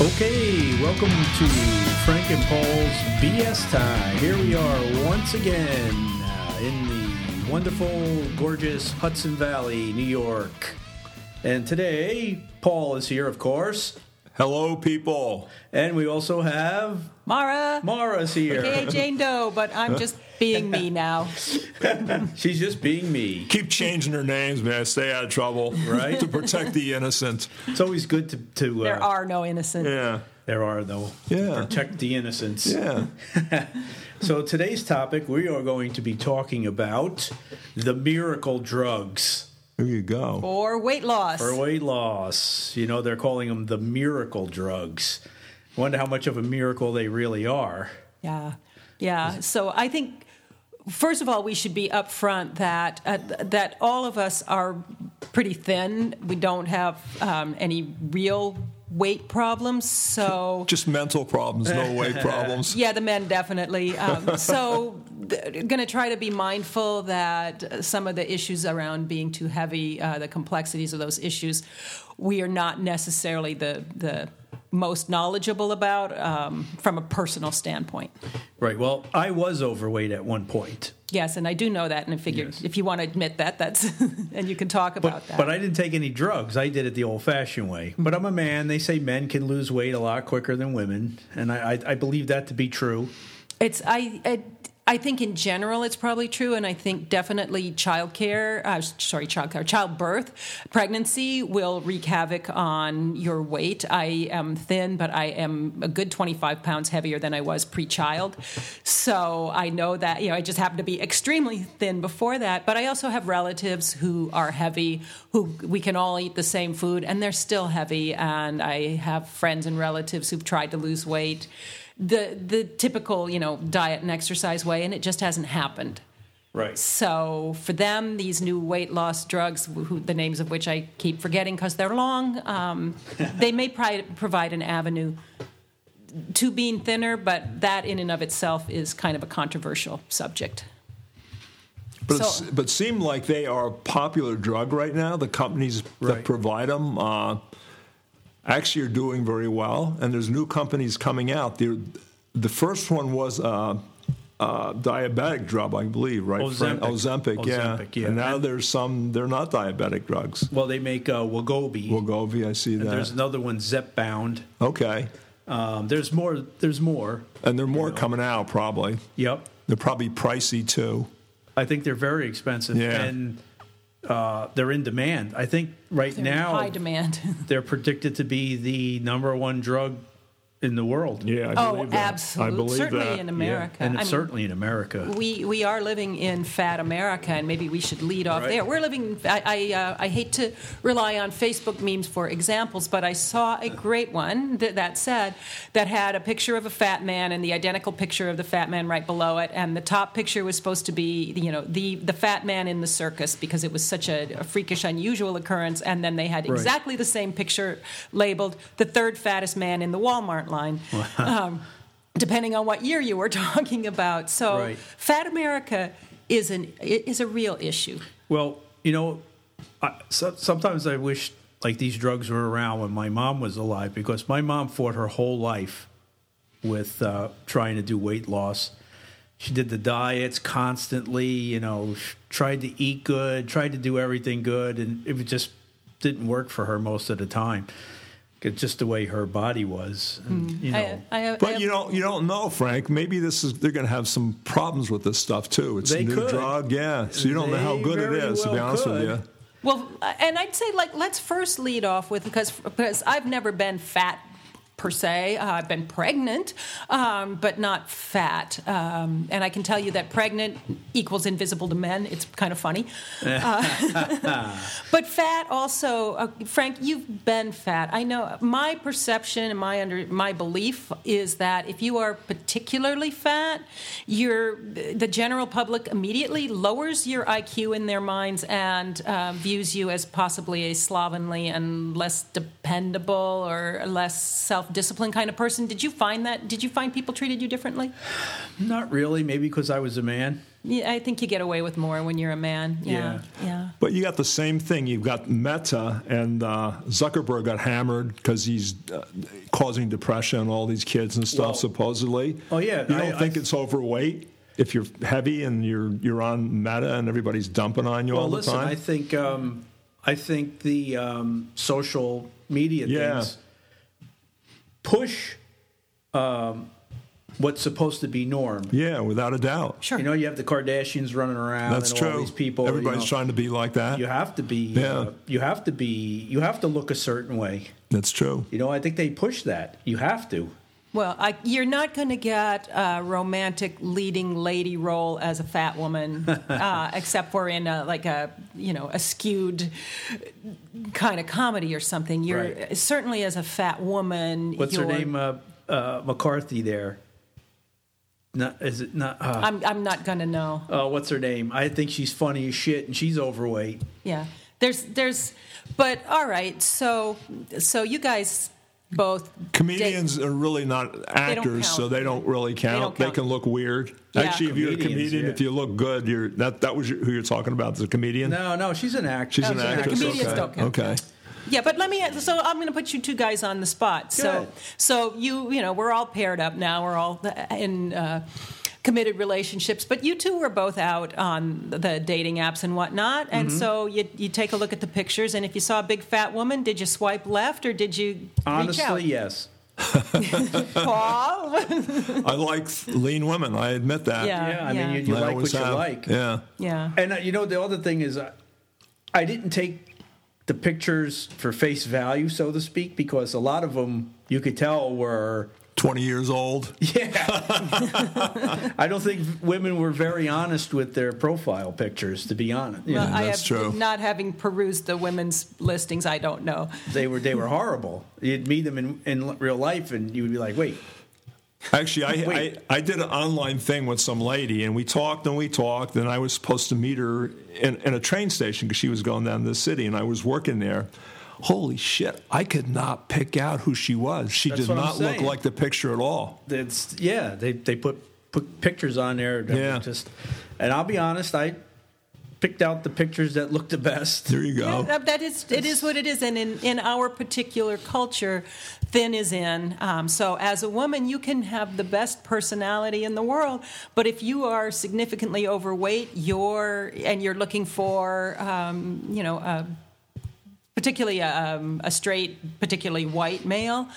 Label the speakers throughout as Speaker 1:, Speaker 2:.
Speaker 1: Okay, welcome to Frank and Paul's BS Time. Here we are once again uh, in the wonderful, gorgeous Hudson Valley, New York. And today, Paul is here, of course,
Speaker 2: Hello, people.
Speaker 1: and we also have
Speaker 3: Mara.
Speaker 1: Mara's here.
Speaker 3: AKA Jane Doe, but I'm just being me now.
Speaker 1: She's just being me.
Speaker 2: Keep changing their names, man. Stay out of trouble,
Speaker 1: Right.
Speaker 2: to protect the innocent.
Speaker 1: It's always good to. to uh,
Speaker 3: There are no innocent.
Speaker 2: Yeah,
Speaker 1: There are, though.
Speaker 2: Yeah.
Speaker 1: Protect the innocents.
Speaker 2: yeah.
Speaker 1: So today's topic, we are going to be talking about the miracle drugs.
Speaker 2: There you go.
Speaker 3: Or weight loss.
Speaker 1: For weight loss. You know, they're calling them the miracle drugs. Wonder how much of a miracle they really are.
Speaker 3: Yeah. Yeah. So I think first of all we should be upfront that uh, th- that all of us are pretty thin. We don't have um, any real weight problems. So
Speaker 2: Just mental problems, no weight problems.
Speaker 3: Yeah, the men definitely. Um, so, going to try to be mindful that uh, some of the issues around being too heavy, uh, the complexities of those issues, we are not necessarily the the most knowledgeable about um, from a personal standpoint.
Speaker 1: Right. Well, I was overweight at one point,
Speaker 3: Yes, and I do know that, and I figured
Speaker 1: Yes.
Speaker 3: if you want to admit that, that's and you can talk about
Speaker 1: but,
Speaker 3: that.
Speaker 1: but I didn't take any drugs. I did it the old fashioned way. But I'm a man. They say men can lose weight a lot quicker than women. And I, I, I believe that to be true.
Speaker 3: It's I, I I think in general it's probably true, and I think definitely childcare, uh, sorry, childcare, childbirth, pregnancy will wreak havoc on your weight. I am thin, but I am a good twenty five pounds heavier than I was pre child, so I know that you know I just happened to be extremely thin before that. But I also have relatives who are heavy, who we can all eat the same food, and they're still heavy. And I have friends and relatives who've tried to lose weight the the typical you know diet and exercise way and it just hasn't happened
Speaker 1: Right.
Speaker 3: so for them these new weight loss drugs who, the names of which i keep forgetting because they're long um, they may pri- provide an avenue to being thinner but that in and of itself is kind of a controversial subject
Speaker 2: But it's,
Speaker 3: So-
Speaker 2: but seem like they are a popular drug right now. The companies
Speaker 1: Right.
Speaker 2: that provide them uh, actually are doing very well, and there's new companies coming out. The the first one was. Uh, uh, diabetic drug, I believe, right? Frank?
Speaker 1: Ozempic.
Speaker 2: Ozempic, yeah.
Speaker 1: Ozempic, yeah.
Speaker 2: And now there's some, they're not diabetic drugs.
Speaker 1: Well, they make uh, Wagobi.
Speaker 2: Wagovi, I see that.
Speaker 1: There's another one, Zepbound.
Speaker 2: okay.
Speaker 1: Um, there's more. There's more.
Speaker 2: And there are more coming out, probably.
Speaker 1: Yep.
Speaker 2: They're probably pricey, too.
Speaker 1: I think they're very expensive
Speaker 2: Yeah.
Speaker 1: and uh, they're in demand. I think right
Speaker 3: They're in
Speaker 1: now
Speaker 3: high demand
Speaker 1: they're predicted to be the number one drug in the world.
Speaker 2: Yeah, I
Speaker 3: oh
Speaker 2: believe that. I
Speaker 3: absolutely
Speaker 2: believe
Speaker 3: certainly
Speaker 2: that.
Speaker 3: in
Speaker 2: yeah.
Speaker 3: america
Speaker 1: And
Speaker 3: I mean,
Speaker 1: certainly in America.
Speaker 3: we we are living in fat America, and maybe we should lead off
Speaker 1: Right.
Speaker 3: there. We're living. I I, uh, I hate to rely on Facebook memes for examples, but I saw a great one that, that said that had a picture of a fat man and the identical picture of the fat man right below it, and the top picture was supposed to be you know the the fat man in the circus because it was such a, a freakish, unusual occurrence, and then they had
Speaker 1: Right.
Speaker 3: exactly the same picture labeled the third fattest man in the Walmart line. Um, depending on what year you were talking about. So
Speaker 1: Right.
Speaker 3: fat America is an is a real issue.
Speaker 1: Well, you know, I, so, sometimes I wish like these drugs were around when my mom was alive because my mom fought her whole life with uh, trying to do weight loss. She did the diets constantly, you know, sh- tried to eat good, tried to do everything good, and it was just didn't work for her most of the time. It's just the way her body was, and, you know.
Speaker 3: I, I,
Speaker 2: But you don't you don't know, Frank. Maybe this is they're going to have some problems with this stuff too. It's
Speaker 1: They
Speaker 2: a new
Speaker 1: could.
Speaker 2: drug, yeah. So you don't know how
Speaker 1: They
Speaker 2: good it
Speaker 1: very
Speaker 2: is. to be
Speaker 1: well
Speaker 2: honest
Speaker 1: could.
Speaker 2: with you,
Speaker 3: well, and I'd say like let's first lead off with because because I've never been fat per se. Uh, I've been pregnant, um, but not fat. Um, and I can tell you that pregnant equals invisible to men. It's kind of funny. But fat also, uh, Frank, you've been fat. I know my perception and my under my belief is that if you are particularly fat, you're the general public immediately lowers your IQ in their minds and uh, views you as possibly a slovenly and less dependable or less self self-discipline kind of person. Did you find that? Did you find people treated you differently?
Speaker 1: Not really. Maybe because I was a man.
Speaker 3: Yeah, I think you get away with more when you're a man. Yeah, yeah.
Speaker 2: But you got the same thing. You've got Meta and uh, Zuckerberg got hammered because he's uh, causing depression on all these kids and stuff.
Speaker 1: Well-
Speaker 2: supposedly,
Speaker 1: Oh, yeah,
Speaker 2: you don't
Speaker 1: I- I-
Speaker 2: think it's overweight if you're heavy and you're you're on Meta and everybody's dumping on you
Speaker 1: Well,
Speaker 2: all the
Speaker 1: listen,
Speaker 2: time.
Speaker 1: I think um, I think the um, social media
Speaker 2: Yeah.
Speaker 1: things push um, what's supposed to be norm.
Speaker 2: yeah, without a doubt.
Speaker 3: Sure.
Speaker 1: You know, you have the Kardashians running around.
Speaker 2: That's
Speaker 1: and
Speaker 2: true.
Speaker 1: All these people. you
Speaker 2: Everybody's
Speaker 1: know,
Speaker 2: trying to be like that.
Speaker 1: You have to be.
Speaker 2: Yeah.
Speaker 1: uh, you have to be. You have to look a certain way.
Speaker 2: That's true.
Speaker 1: You know, I think they push that. You have to.
Speaker 3: Well, I, you're not going to get a romantic leading lady role as a fat woman, uh, except for in a, like a you know a skewed kind of comedy or something. You're
Speaker 1: Right.
Speaker 3: certainly as a fat woman.
Speaker 1: What's her
Speaker 3: you're-
Speaker 1: name? Uh, uh, McCarthy. There. Not is it not? Uh,
Speaker 3: I'm I'm not going to know.
Speaker 1: uh, what's her name? I think she's funny as shit, and she's overweight.
Speaker 3: Yeah, there's there's, but all right. So so you guys both date-
Speaker 2: Comedians are really not actors, so
Speaker 3: count.
Speaker 2: they don't really count. They,
Speaker 3: count.
Speaker 2: can look weird.
Speaker 3: Yeah.
Speaker 2: Actually, if you're a
Speaker 1: Comedians,
Speaker 2: comedian,
Speaker 1: yeah.
Speaker 2: if you look good, you're that that was your, who you're talking about, the comedian.
Speaker 1: No, no, she's an actress.
Speaker 2: She's an
Speaker 3: she's an
Speaker 2: actress.
Speaker 3: actress. Comedians
Speaker 2: okay.
Speaker 3: don't count.
Speaker 2: Okay.
Speaker 3: Yeah, but let me. So I'm going to put you two guys on the spot. So
Speaker 1: Good.
Speaker 3: so you you know we're all paired up now. We're all in uh, committed relationships. But you two were both out on the dating apps and whatnot. And
Speaker 1: Mm-hmm.
Speaker 3: so you you take a look at the pictures, and if you saw a big fat woman, did you swipe left or did you reach out?
Speaker 1: Honestly, yes.
Speaker 3: Paul?
Speaker 2: I like lean women. I admit that.
Speaker 3: Yeah.
Speaker 1: Yeah, I mean,
Speaker 3: Uh, yeah.
Speaker 1: you, you
Speaker 2: I
Speaker 1: like what
Speaker 2: always
Speaker 1: you
Speaker 2: have.
Speaker 1: like.
Speaker 2: Yeah.
Speaker 3: yeah.
Speaker 1: And uh, you know, the other thing is, uh, I didn't take the pictures for face value, so to speak, because a lot of them you could tell were.
Speaker 2: 20 years old.
Speaker 1: Yeah, I don't think women were very honest with their profile pictures. To be honest, You
Speaker 3: Well,
Speaker 1: know,
Speaker 3: I
Speaker 2: that's
Speaker 3: have
Speaker 2: true.
Speaker 3: not having perused the women's listings. I don't know.
Speaker 1: they were they were horrible. You'd meet them in, in real life, and you would be like, "Wait,
Speaker 2: Actually, I, I,
Speaker 1: Wait.
Speaker 2: I did an online thing with some lady, and we talked and we talked, and I was supposed to meet her in, in a train station because she was going down to the city, and I was working there. Holy shit, I could not pick out who she was. She
Speaker 1: That's
Speaker 2: did
Speaker 1: what I'm
Speaker 2: not look
Speaker 1: saying.
Speaker 2: like the picture at all.
Speaker 1: it's yeah." They they put, put pictures on there. that were
Speaker 2: Yeah.
Speaker 1: Just, and I'll be honest, I picked out the pictures that looked the best.
Speaker 2: There you go.
Speaker 3: Yeah, that is it is what it is, and in, in our particular culture, thin is in. Um, so as a woman, you can have the best personality in the world, but if you are significantly overweight, you're and you're looking for um, you know a, particularly um, a straight, particularly white male,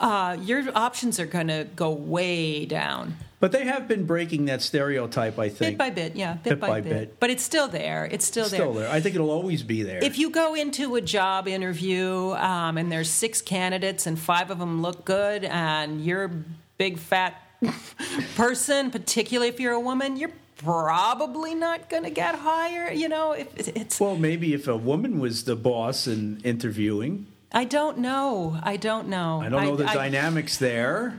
Speaker 3: uh, your options are going to go way down.
Speaker 1: But they have been breaking that stereotype, I think.
Speaker 3: Bit by bit, yeah, bit,
Speaker 1: Bit
Speaker 3: by,
Speaker 1: by
Speaker 3: bit.
Speaker 1: bit.
Speaker 3: But it's still there. It's still,
Speaker 1: Still there. I think it'll always be there.
Speaker 3: If you go into a job interview um, and there's six candidates and five of them look good, and you're a big fat person, particularly if you're a woman, you're probably not going to get higher. You know, if it's
Speaker 1: well, maybe if a woman was the boss and interviewing,
Speaker 3: I don't know. I don't know.
Speaker 1: I don't know the
Speaker 3: I-
Speaker 1: dynamics there,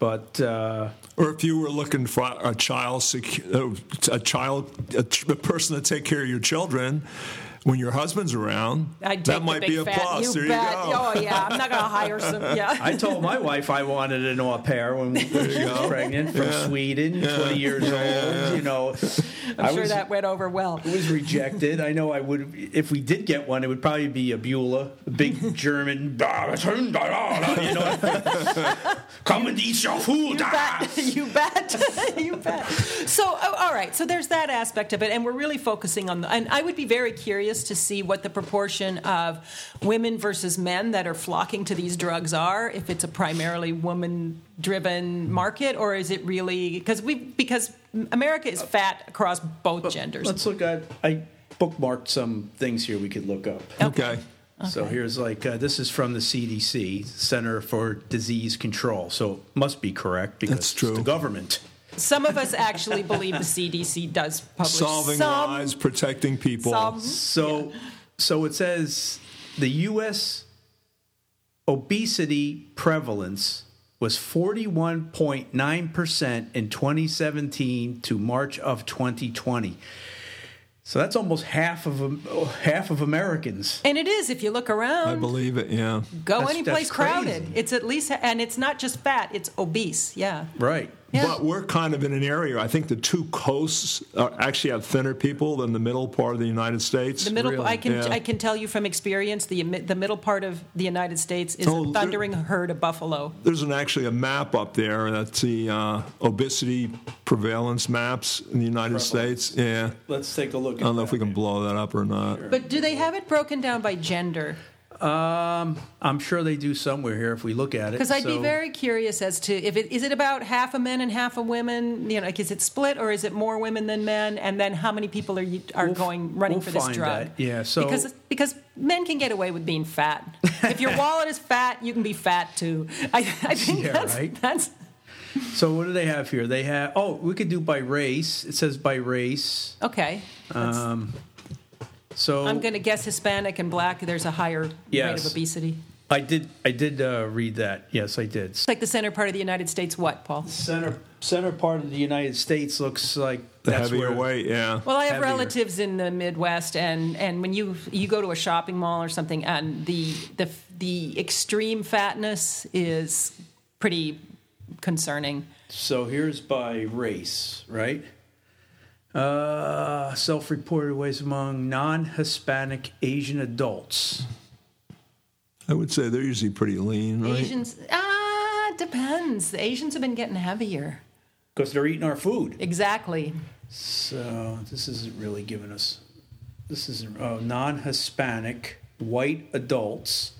Speaker 1: but uh,
Speaker 2: Or if you were looking for a child, secu- uh, a child, a, ch- a person to take care of your children when your husband's around,
Speaker 3: I'd take
Speaker 2: that
Speaker 3: the
Speaker 2: might
Speaker 3: big
Speaker 2: be a
Speaker 3: fat-
Speaker 2: plus.
Speaker 3: You
Speaker 2: there
Speaker 3: bet.
Speaker 2: you go.
Speaker 3: Oh yeah, I'm not going to hire some. Yeah.
Speaker 1: I told my wife I wanted an au pair when she was pregnant from Sweden, 20 years old. You know,
Speaker 3: I'm sure that went over well.
Speaker 1: was rejected. I know I would, if we did get one, it would probably be a Beulah, a big German. you know, come and eat your food. ah."
Speaker 3: you bet. you bet. So, oh, all right. So there's that aspect of it, and we're really focusing on. The, and I would be very curious to see what the proportion of women versus men that are flocking to these drugs are. If it's a primarily woman-driven market, or is it really because we because America is fat across both genders.
Speaker 1: Let's look at. I bookmarked some things here we could look up.
Speaker 2: Oh, Okay.
Speaker 1: So here's like uh, this is from the CDC, Center for Disease Control. So it must be correct because
Speaker 2: That's true.
Speaker 1: it's the government.
Speaker 3: Some of us actually believe the CDC does publish
Speaker 2: solving
Speaker 3: some,
Speaker 2: lies, protecting people.
Speaker 3: some
Speaker 1: So so it says the U.S. obesity prevalence was 41.9% in 2017 to March of 2020. So that's almost half of Am- oh, half of Americans.
Speaker 3: And it is, if you look
Speaker 2: I
Speaker 3: around,
Speaker 2: believe it. Yeah.
Speaker 3: go
Speaker 1: That's-
Speaker 3: anyplace
Speaker 1: that's
Speaker 3: crowded.
Speaker 1: crazy.
Speaker 3: It's at least, and it's not just fat, it's obese. Yeah.
Speaker 1: Right.
Speaker 3: Yeah.
Speaker 2: But we're kind of in an area. I think the two coasts are actually have thinner people than the middle part of the United States.
Speaker 3: The middle,
Speaker 1: Really?
Speaker 3: I can
Speaker 2: Yeah.
Speaker 3: I can tell you from experience, the mi- the middle part of the United States is
Speaker 2: Oh,
Speaker 3: a
Speaker 2: there-
Speaker 3: thundering herd of buffalo.
Speaker 2: There's an, actually a map up there. That's the uh, obesity prevalence maps in the United States. Yeah.
Speaker 1: Let's take a look.
Speaker 2: I don't know if we can blow that up or not.
Speaker 3: But do they have it broken down by gender?
Speaker 1: Um, I'm sure they do somewhere here if we look at it.
Speaker 3: Because I'd
Speaker 1: So-
Speaker 3: be very curious as to if it is it about half of men and half of women. You know, like is it split or is it more women than men? And then how many people are you, are
Speaker 1: We'll f-
Speaker 3: going running
Speaker 1: we'll
Speaker 3: for this
Speaker 1: find
Speaker 3: drug?
Speaker 1: that. Yeah, so-
Speaker 3: because because men can get away with being fat. if your wallet is fat, you can be fat too. I, I think
Speaker 1: Yeah,
Speaker 3: that's
Speaker 1: right.
Speaker 3: that's
Speaker 1: So what do they have here? They have oh, we could do by race. It says by race.
Speaker 3: okay. That's-
Speaker 1: Um, So
Speaker 3: I'm going to guess Hispanic and black. There's a higher rate
Speaker 1: Yes.
Speaker 3: of obesity.
Speaker 1: I did I did uh, read that. Yes, I did.
Speaker 3: It's like the center part of the United States. What, Paul?
Speaker 1: Center center part of the United States looks like
Speaker 2: The
Speaker 1: that's
Speaker 2: heavier
Speaker 1: where
Speaker 2: weight, yeah.
Speaker 3: Well, I have
Speaker 1: Heavier.
Speaker 3: relatives in the Midwest, and, and when you you go to a shopping mall or something, and the the the extreme fatness is pretty concerning.
Speaker 1: So here's by race, right? Uh, self-reported ways among non-Hispanic Asian adults.
Speaker 2: I would say they're usually pretty lean, right?
Speaker 3: Asians, ah, depends. The Asians have been getting heavier.
Speaker 1: Because they're eating our food.
Speaker 3: Exactly.
Speaker 1: So this isn't really giving us. This isn't oh, non-Hispanic white adults.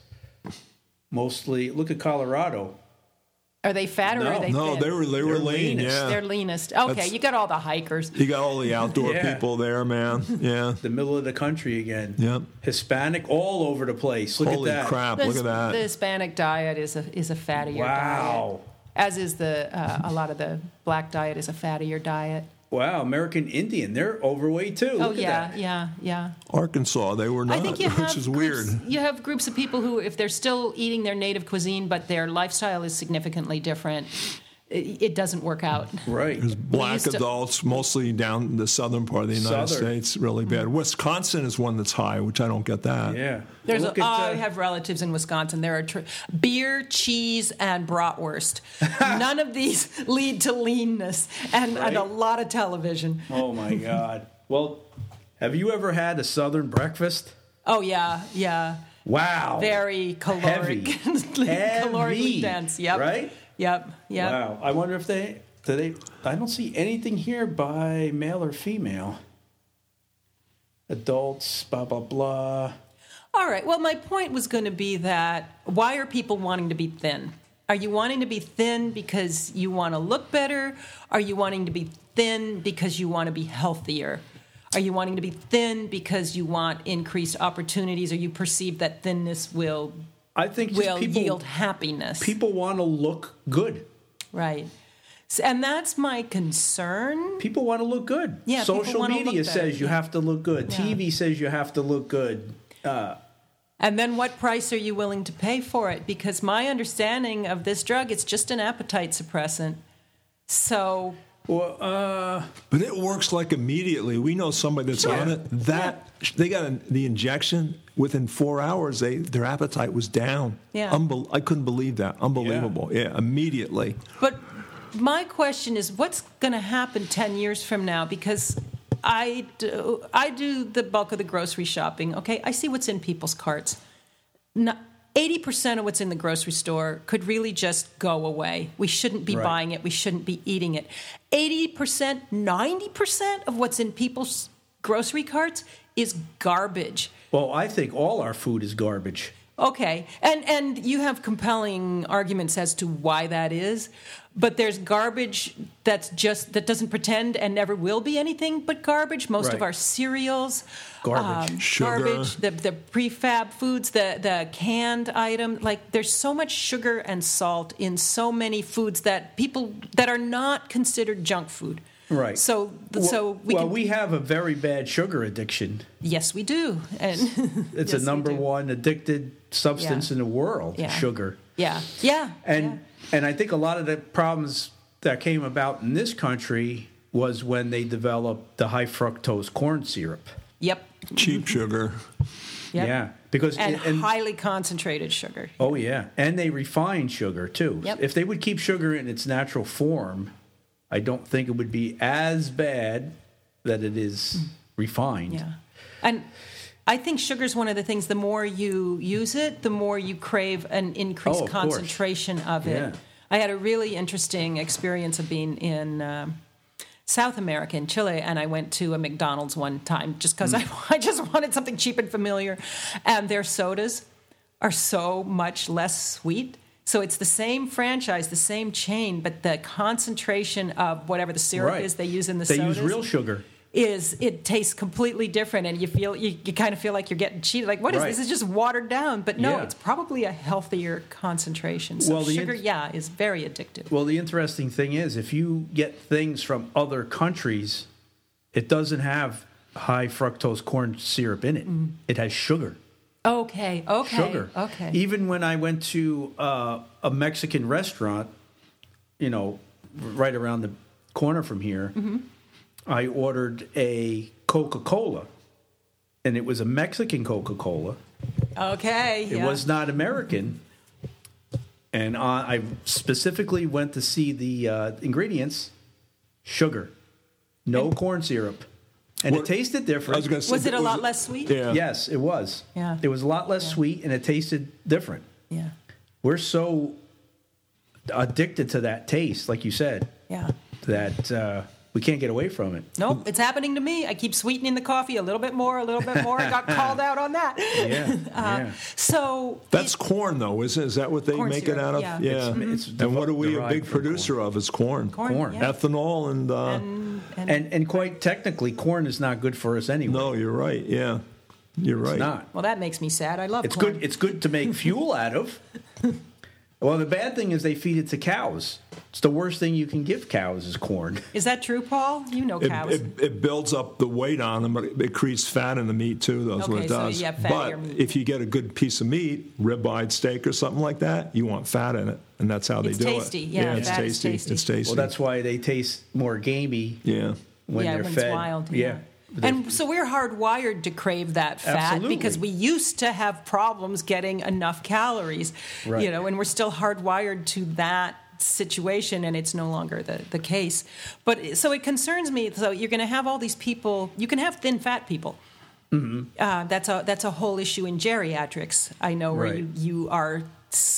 Speaker 1: Mostly, look at Colorado.
Speaker 3: Are they fat or are
Speaker 1: No,
Speaker 3: they?
Speaker 2: No,
Speaker 3: thin?
Speaker 2: they were they were
Speaker 1: They're
Speaker 2: lean,
Speaker 1: leanest.
Speaker 2: yeah.
Speaker 3: They're leanest. Okay,
Speaker 2: That's-
Speaker 3: you got all the hikers.
Speaker 2: you got all the outdoor
Speaker 1: Yeah.
Speaker 2: people there, man. Yeah.
Speaker 1: The middle of the country again.
Speaker 2: Yep.
Speaker 1: Hispanic all over the place. Look
Speaker 2: Holy
Speaker 1: at that.
Speaker 2: crap,
Speaker 3: The,
Speaker 2: look at that.
Speaker 3: the Hispanic diet is a is a fattier diet.
Speaker 1: Wow.
Speaker 3: As is the uh, a lot of the black diet is a fattier diet.
Speaker 1: Wow. American Indian. They're overweight too.
Speaker 3: Oh
Speaker 1: Look at
Speaker 3: yeah,
Speaker 1: that.
Speaker 3: yeah, yeah.
Speaker 2: Arkansas, they were not,
Speaker 3: I think
Speaker 1: Uh,
Speaker 3: you
Speaker 2: which
Speaker 3: have
Speaker 2: is weird.
Speaker 3: groups, You have groups of people who, if they're still eating their native cuisine, but their lifestyle is significantly different, it, it doesn't work out.
Speaker 1: Right.
Speaker 2: There's black
Speaker 3: used to-
Speaker 2: adults, mostly down in the southern part of the United
Speaker 1: Southern.
Speaker 2: States, really bad. Wisconsin is one that's high, which I don't get that.
Speaker 1: Yeah.
Speaker 3: There's a, oh,
Speaker 1: Look at,
Speaker 3: I
Speaker 1: uh,
Speaker 3: have relatives in Wisconsin. There are tr- beer, cheese, and bratwurst. None of these lead to leanness, and, and a
Speaker 1: Right.
Speaker 3: lot of television.
Speaker 1: Oh my God. Well, have you ever had a Southern breakfast?
Speaker 3: Oh yeah, yeah.
Speaker 1: Wow.
Speaker 3: Very caloric,
Speaker 1: Heavy.
Speaker 3: calorically
Speaker 1: Heavy,
Speaker 3: dense. Yep.
Speaker 1: right?
Speaker 3: Yep. Yep.
Speaker 1: Wow. I wonder if they do they. I don't see anything here by male or female. Adults, blah blah blah.
Speaker 3: All right. Well, my point was going to be that why are people wanting to be thin? Are you wanting to be thin because you want to look better? Are you wanting to be thin because you want to be healthier? Are you wanting to be thin because you want increased opportunities or you perceive that thinness will
Speaker 1: I think just
Speaker 3: will
Speaker 1: people
Speaker 3: yield happiness?
Speaker 1: people want to look good.
Speaker 3: right. So, and that's my concern.
Speaker 1: People want to look good.
Speaker 3: Yeah, people
Speaker 1: Social
Speaker 3: wanna look
Speaker 1: media
Speaker 3: better.
Speaker 1: says you have to look good. TV says you have to look good.
Speaker 3: And then what price are you willing to pay for it? Because my understanding of this drug, it's just an appetite suppressant. So
Speaker 1: Well, uh,
Speaker 2: But it works like immediately. We know somebody that's
Speaker 1: Sure.
Speaker 2: on it. That they got an, the injection within four hours. They their appetite was down.
Speaker 3: Yeah.
Speaker 2: Unbel- I couldn't believe that. Unbelievable. Yeah, immediately.
Speaker 3: But my question is, what's going to happen ten years from now? Because I do, I do the bulk of the grocery shopping. Okay, I see what's in people's carts. Eighty percent of what's in the grocery store could really just go away. We shouldn't be
Speaker 1: Right.
Speaker 3: buying it. We shouldn't be eating it. Eighty percent, ninety percent of what's in people's grocery carts is garbage.
Speaker 1: well, I think all our food is garbage.
Speaker 3: Okay, and and you have compelling arguments as to why that is, but there's garbage that's just that doesn't pretend and never will be anything but garbage. Most of
Speaker 1: Right.
Speaker 3: our cereals, um,
Speaker 1: Garbage.
Speaker 2: Sugar.
Speaker 3: garbage, the the prefab foods, the the canned item. Like there's so much sugar and salt in so many foods that people that are not considered junk food.
Speaker 1: Right.
Speaker 3: So
Speaker 1: Well-
Speaker 3: so we
Speaker 1: well,
Speaker 3: can,
Speaker 1: we have a very bad sugar addiction.
Speaker 3: yes we do and
Speaker 1: It's
Speaker 3: Yes,
Speaker 1: a
Speaker 3: we
Speaker 1: number
Speaker 3: do.
Speaker 1: one addicted substance
Speaker 3: Yeah.
Speaker 1: in the world,
Speaker 3: Yeah.
Speaker 1: sugar.
Speaker 3: yeah yeah
Speaker 1: And
Speaker 3: yeah.
Speaker 1: and I think a lot of the problems that came about in this country was when they developed the high fructose corn syrup.
Speaker 3: Yep. Mm-hmm.
Speaker 2: Cheap sugar.
Speaker 3: yep.
Speaker 1: Yeah, because
Speaker 3: And,
Speaker 1: and, and-
Speaker 3: highly concentrated sugar.
Speaker 1: oh yeah, and they refine sugar too.
Speaker 3: Yep.
Speaker 1: If they would keep sugar in its natural form, I don't think it would be as bad that it is refined.
Speaker 3: Yeah. And I think sugar's one of the things the more you use it, the more you crave an increased
Speaker 1: Oh, of course.
Speaker 3: concentration of it.
Speaker 1: Yeah.
Speaker 3: I had a really interesting experience of being in um South America in Chile, and I went to a McDonald's one time just because
Speaker 1: Mm.
Speaker 3: I, I just wanted something cheap and familiar. And their sodas are so much less sweet. So it's the same franchise, the same chain, but the concentration of whatever the syrup
Speaker 1: Right.
Speaker 3: is they use in the
Speaker 1: they
Speaker 3: sodas
Speaker 1: use real sugar.
Speaker 3: is it tastes completely different and you feel you, you kind of feel like you're getting cheated like what is
Speaker 1: Right.
Speaker 3: this? this is just watered down but no
Speaker 1: Yeah.
Speaker 3: it's probably a healthier concentration so
Speaker 1: Well, the
Speaker 3: sugar
Speaker 1: int-
Speaker 3: yeah is very addictive
Speaker 1: Well, the interesting thing is, if you get things from other countries, it doesn't have high fructose corn syrup in it.
Speaker 3: Mm-hmm.
Speaker 1: It has sugar.
Speaker 3: okay okay
Speaker 1: Sugar. E-
Speaker 3: okay
Speaker 1: Even when I went to uh, a Mexican restaurant, you know, right around the corner from here,
Speaker 3: Mm-hmm.
Speaker 1: I ordered a Coca Cola, and it was a Mexican Coca Cola.
Speaker 3: okay
Speaker 1: It
Speaker 3: yeah.
Speaker 1: was not American. And I I specifically went to see the uh, ingredients sugar, no corn syrup. And
Speaker 2: What-
Speaker 1: it tasted different.
Speaker 2: I was going to say.
Speaker 3: Was it a lot less sweet?
Speaker 2: Yeah.
Speaker 1: Yes, it was.
Speaker 3: Yeah.
Speaker 1: It was a lot less sweet and it tasted different.
Speaker 3: yeah
Speaker 1: We're so addicted to that taste, like you said,
Speaker 3: yeah
Speaker 1: that uh, we can't get away from it.
Speaker 3: nope it's happening to me i keep sweetening the coffee a little bit more a little bit more i got called out on that
Speaker 1: Yeah. yeah.
Speaker 3: so
Speaker 2: That's corn, though, is, is that what they
Speaker 3: Corn
Speaker 2: make
Speaker 3: syrup,
Speaker 2: it out of?
Speaker 3: yeah.
Speaker 1: It's- it's
Speaker 2: and what are we a
Speaker 1: derived
Speaker 2: big
Speaker 1: from corn.
Speaker 2: producer of? Is corn.
Speaker 3: corn,
Speaker 1: corn.
Speaker 3: yeah.
Speaker 2: Ethanol and, uh,
Speaker 3: and, and-
Speaker 1: And, and quite technically, corn is not good for us anyway.
Speaker 2: no, you're right. Yeah, you're right.
Speaker 1: Not.
Speaker 3: well that makes me sad i love
Speaker 1: It's
Speaker 3: corn.
Speaker 1: good. It's good to make fuel out of. Well, the bad thing is they feed it to cows. It's the worst thing you can give cows is corn.
Speaker 3: is that true paul you know
Speaker 2: It,
Speaker 3: cows
Speaker 2: it, it builds up the weight on them, but it, it creates fat in the meat too. Though is what
Speaker 3: Okay,
Speaker 2: it
Speaker 3: so
Speaker 2: does.
Speaker 3: yeah, fattier
Speaker 2: but
Speaker 3: meat.
Speaker 2: if you get a good piece of meat, ribeyed steak or something like that, you want fat in it, and that's how they
Speaker 3: It's
Speaker 2: do
Speaker 3: tasty,
Speaker 2: it.
Speaker 3: yeah,
Speaker 2: it's
Speaker 3: fat is
Speaker 2: tasty.
Speaker 3: tasty.
Speaker 2: It's tasty.
Speaker 1: Well, that's why they taste more gamey
Speaker 2: yeah.
Speaker 1: when
Speaker 3: yeah,
Speaker 1: they're
Speaker 3: when
Speaker 1: fed.
Speaker 3: it's wild.
Speaker 1: yeah.
Speaker 3: Yeah. And so we're hardwired to crave that fat
Speaker 1: Absolutely.
Speaker 3: because we used to have problems getting enough calories, you
Speaker 1: Right.
Speaker 3: know, and we're still hardwired to that situation and it's no longer the, the case. But so it concerns me. So you're going to have all these people, you can have thin fat people.
Speaker 1: Mm-hmm.
Speaker 3: Uh, that's a that's a whole issue in geriatrics. I know where
Speaker 1: Right.
Speaker 3: you, you are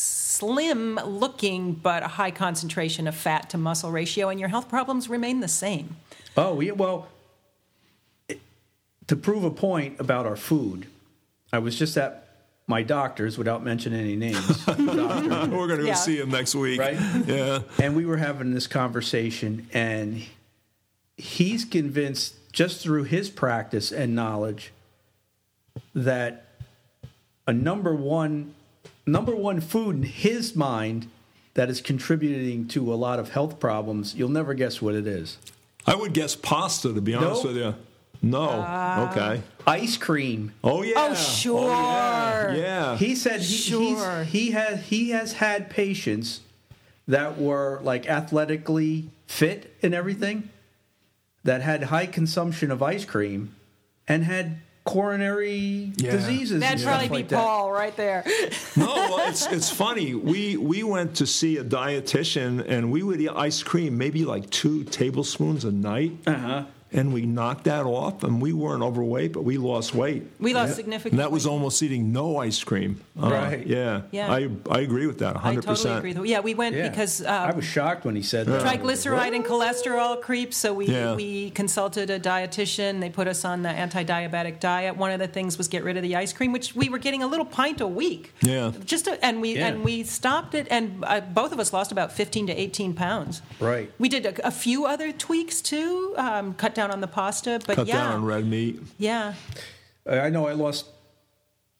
Speaker 3: slim looking, but a high concentration of fat to muscle ratio, and your health problems remain the same.
Speaker 1: Oh, yeah. Well, it- to prove a point about our food, I was just at my doctor's without mentioning any names, doctor,
Speaker 2: We're going to go
Speaker 3: Yeah.
Speaker 2: see him next week.
Speaker 1: right?
Speaker 2: Yeah.
Speaker 1: And we were having this conversation, and he's convinced just through his practice and knowledge that a number one number one food in his mind that is contributing to a lot of health problems. You'll never guess what it is.
Speaker 2: I would guess pasta, to be honest
Speaker 1: No.
Speaker 2: with you. No. okay.
Speaker 1: Ice cream.
Speaker 2: Oh yeah.
Speaker 3: Uh, Oh, sure.
Speaker 2: yeah.
Speaker 3: Oh,
Speaker 2: Yeah.
Speaker 1: He said he,
Speaker 3: Sure.
Speaker 1: he's, he has he has had patients that were like athletically fit and everything that had high consumption of ice cream and had coronary
Speaker 2: Yeah.
Speaker 1: diseases. and
Speaker 3: That'd
Speaker 1: stuff
Speaker 3: probably
Speaker 1: like
Speaker 3: be
Speaker 1: that.
Speaker 3: Paul right there.
Speaker 2: no, well, it's it's funny. We we went to see a dietitian, and we would eat ice cream, maybe like two tablespoons a night, uh-huh. and we knocked that off, and we weren't overweight, but we lost weight.
Speaker 3: We lost
Speaker 2: And
Speaker 3: significant.
Speaker 2: that was
Speaker 3: weight.
Speaker 2: almost eating no ice cream. Uh,
Speaker 1: Right.
Speaker 2: Yeah.
Speaker 3: Yeah.
Speaker 2: I I agree with that.
Speaker 3: I
Speaker 2: Hundred
Speaker 3: totally agree.
Speaker 2: percent.
Speaker 3: Though. Yeah, we went
Speaker 1: Yeah.
Speaker 3: because
Speaker 1: I
Speaker 3: uh,
Speaker 1: was shocked when he said that.
Speaker 3: triglyceride and cholesterol creep. So we
Speaker 2: Yeah.
Speaker 3: we consulted a dietitian. They put us on the anti-diabetic diet. One of the things was get rid of the ice cream, which we were getting a little pint a week.
Speaker 2: Yeah.
Speaker 3: Just a, and we
Speaker 1: Yeah.
Speaker 3: and we stopped it, and uh, both of us lost about fifteen to eighteen pounds.
Speaker 1: Right.
Speaker 3: We did a, a few other tweaks too. Um, cut down on the pasta, but
Speaker 2: Cut
Speaker 3: yeah,
Speaker 2: down on red meat.
Speaker 3: yeah.
Speaker 1: I know I lost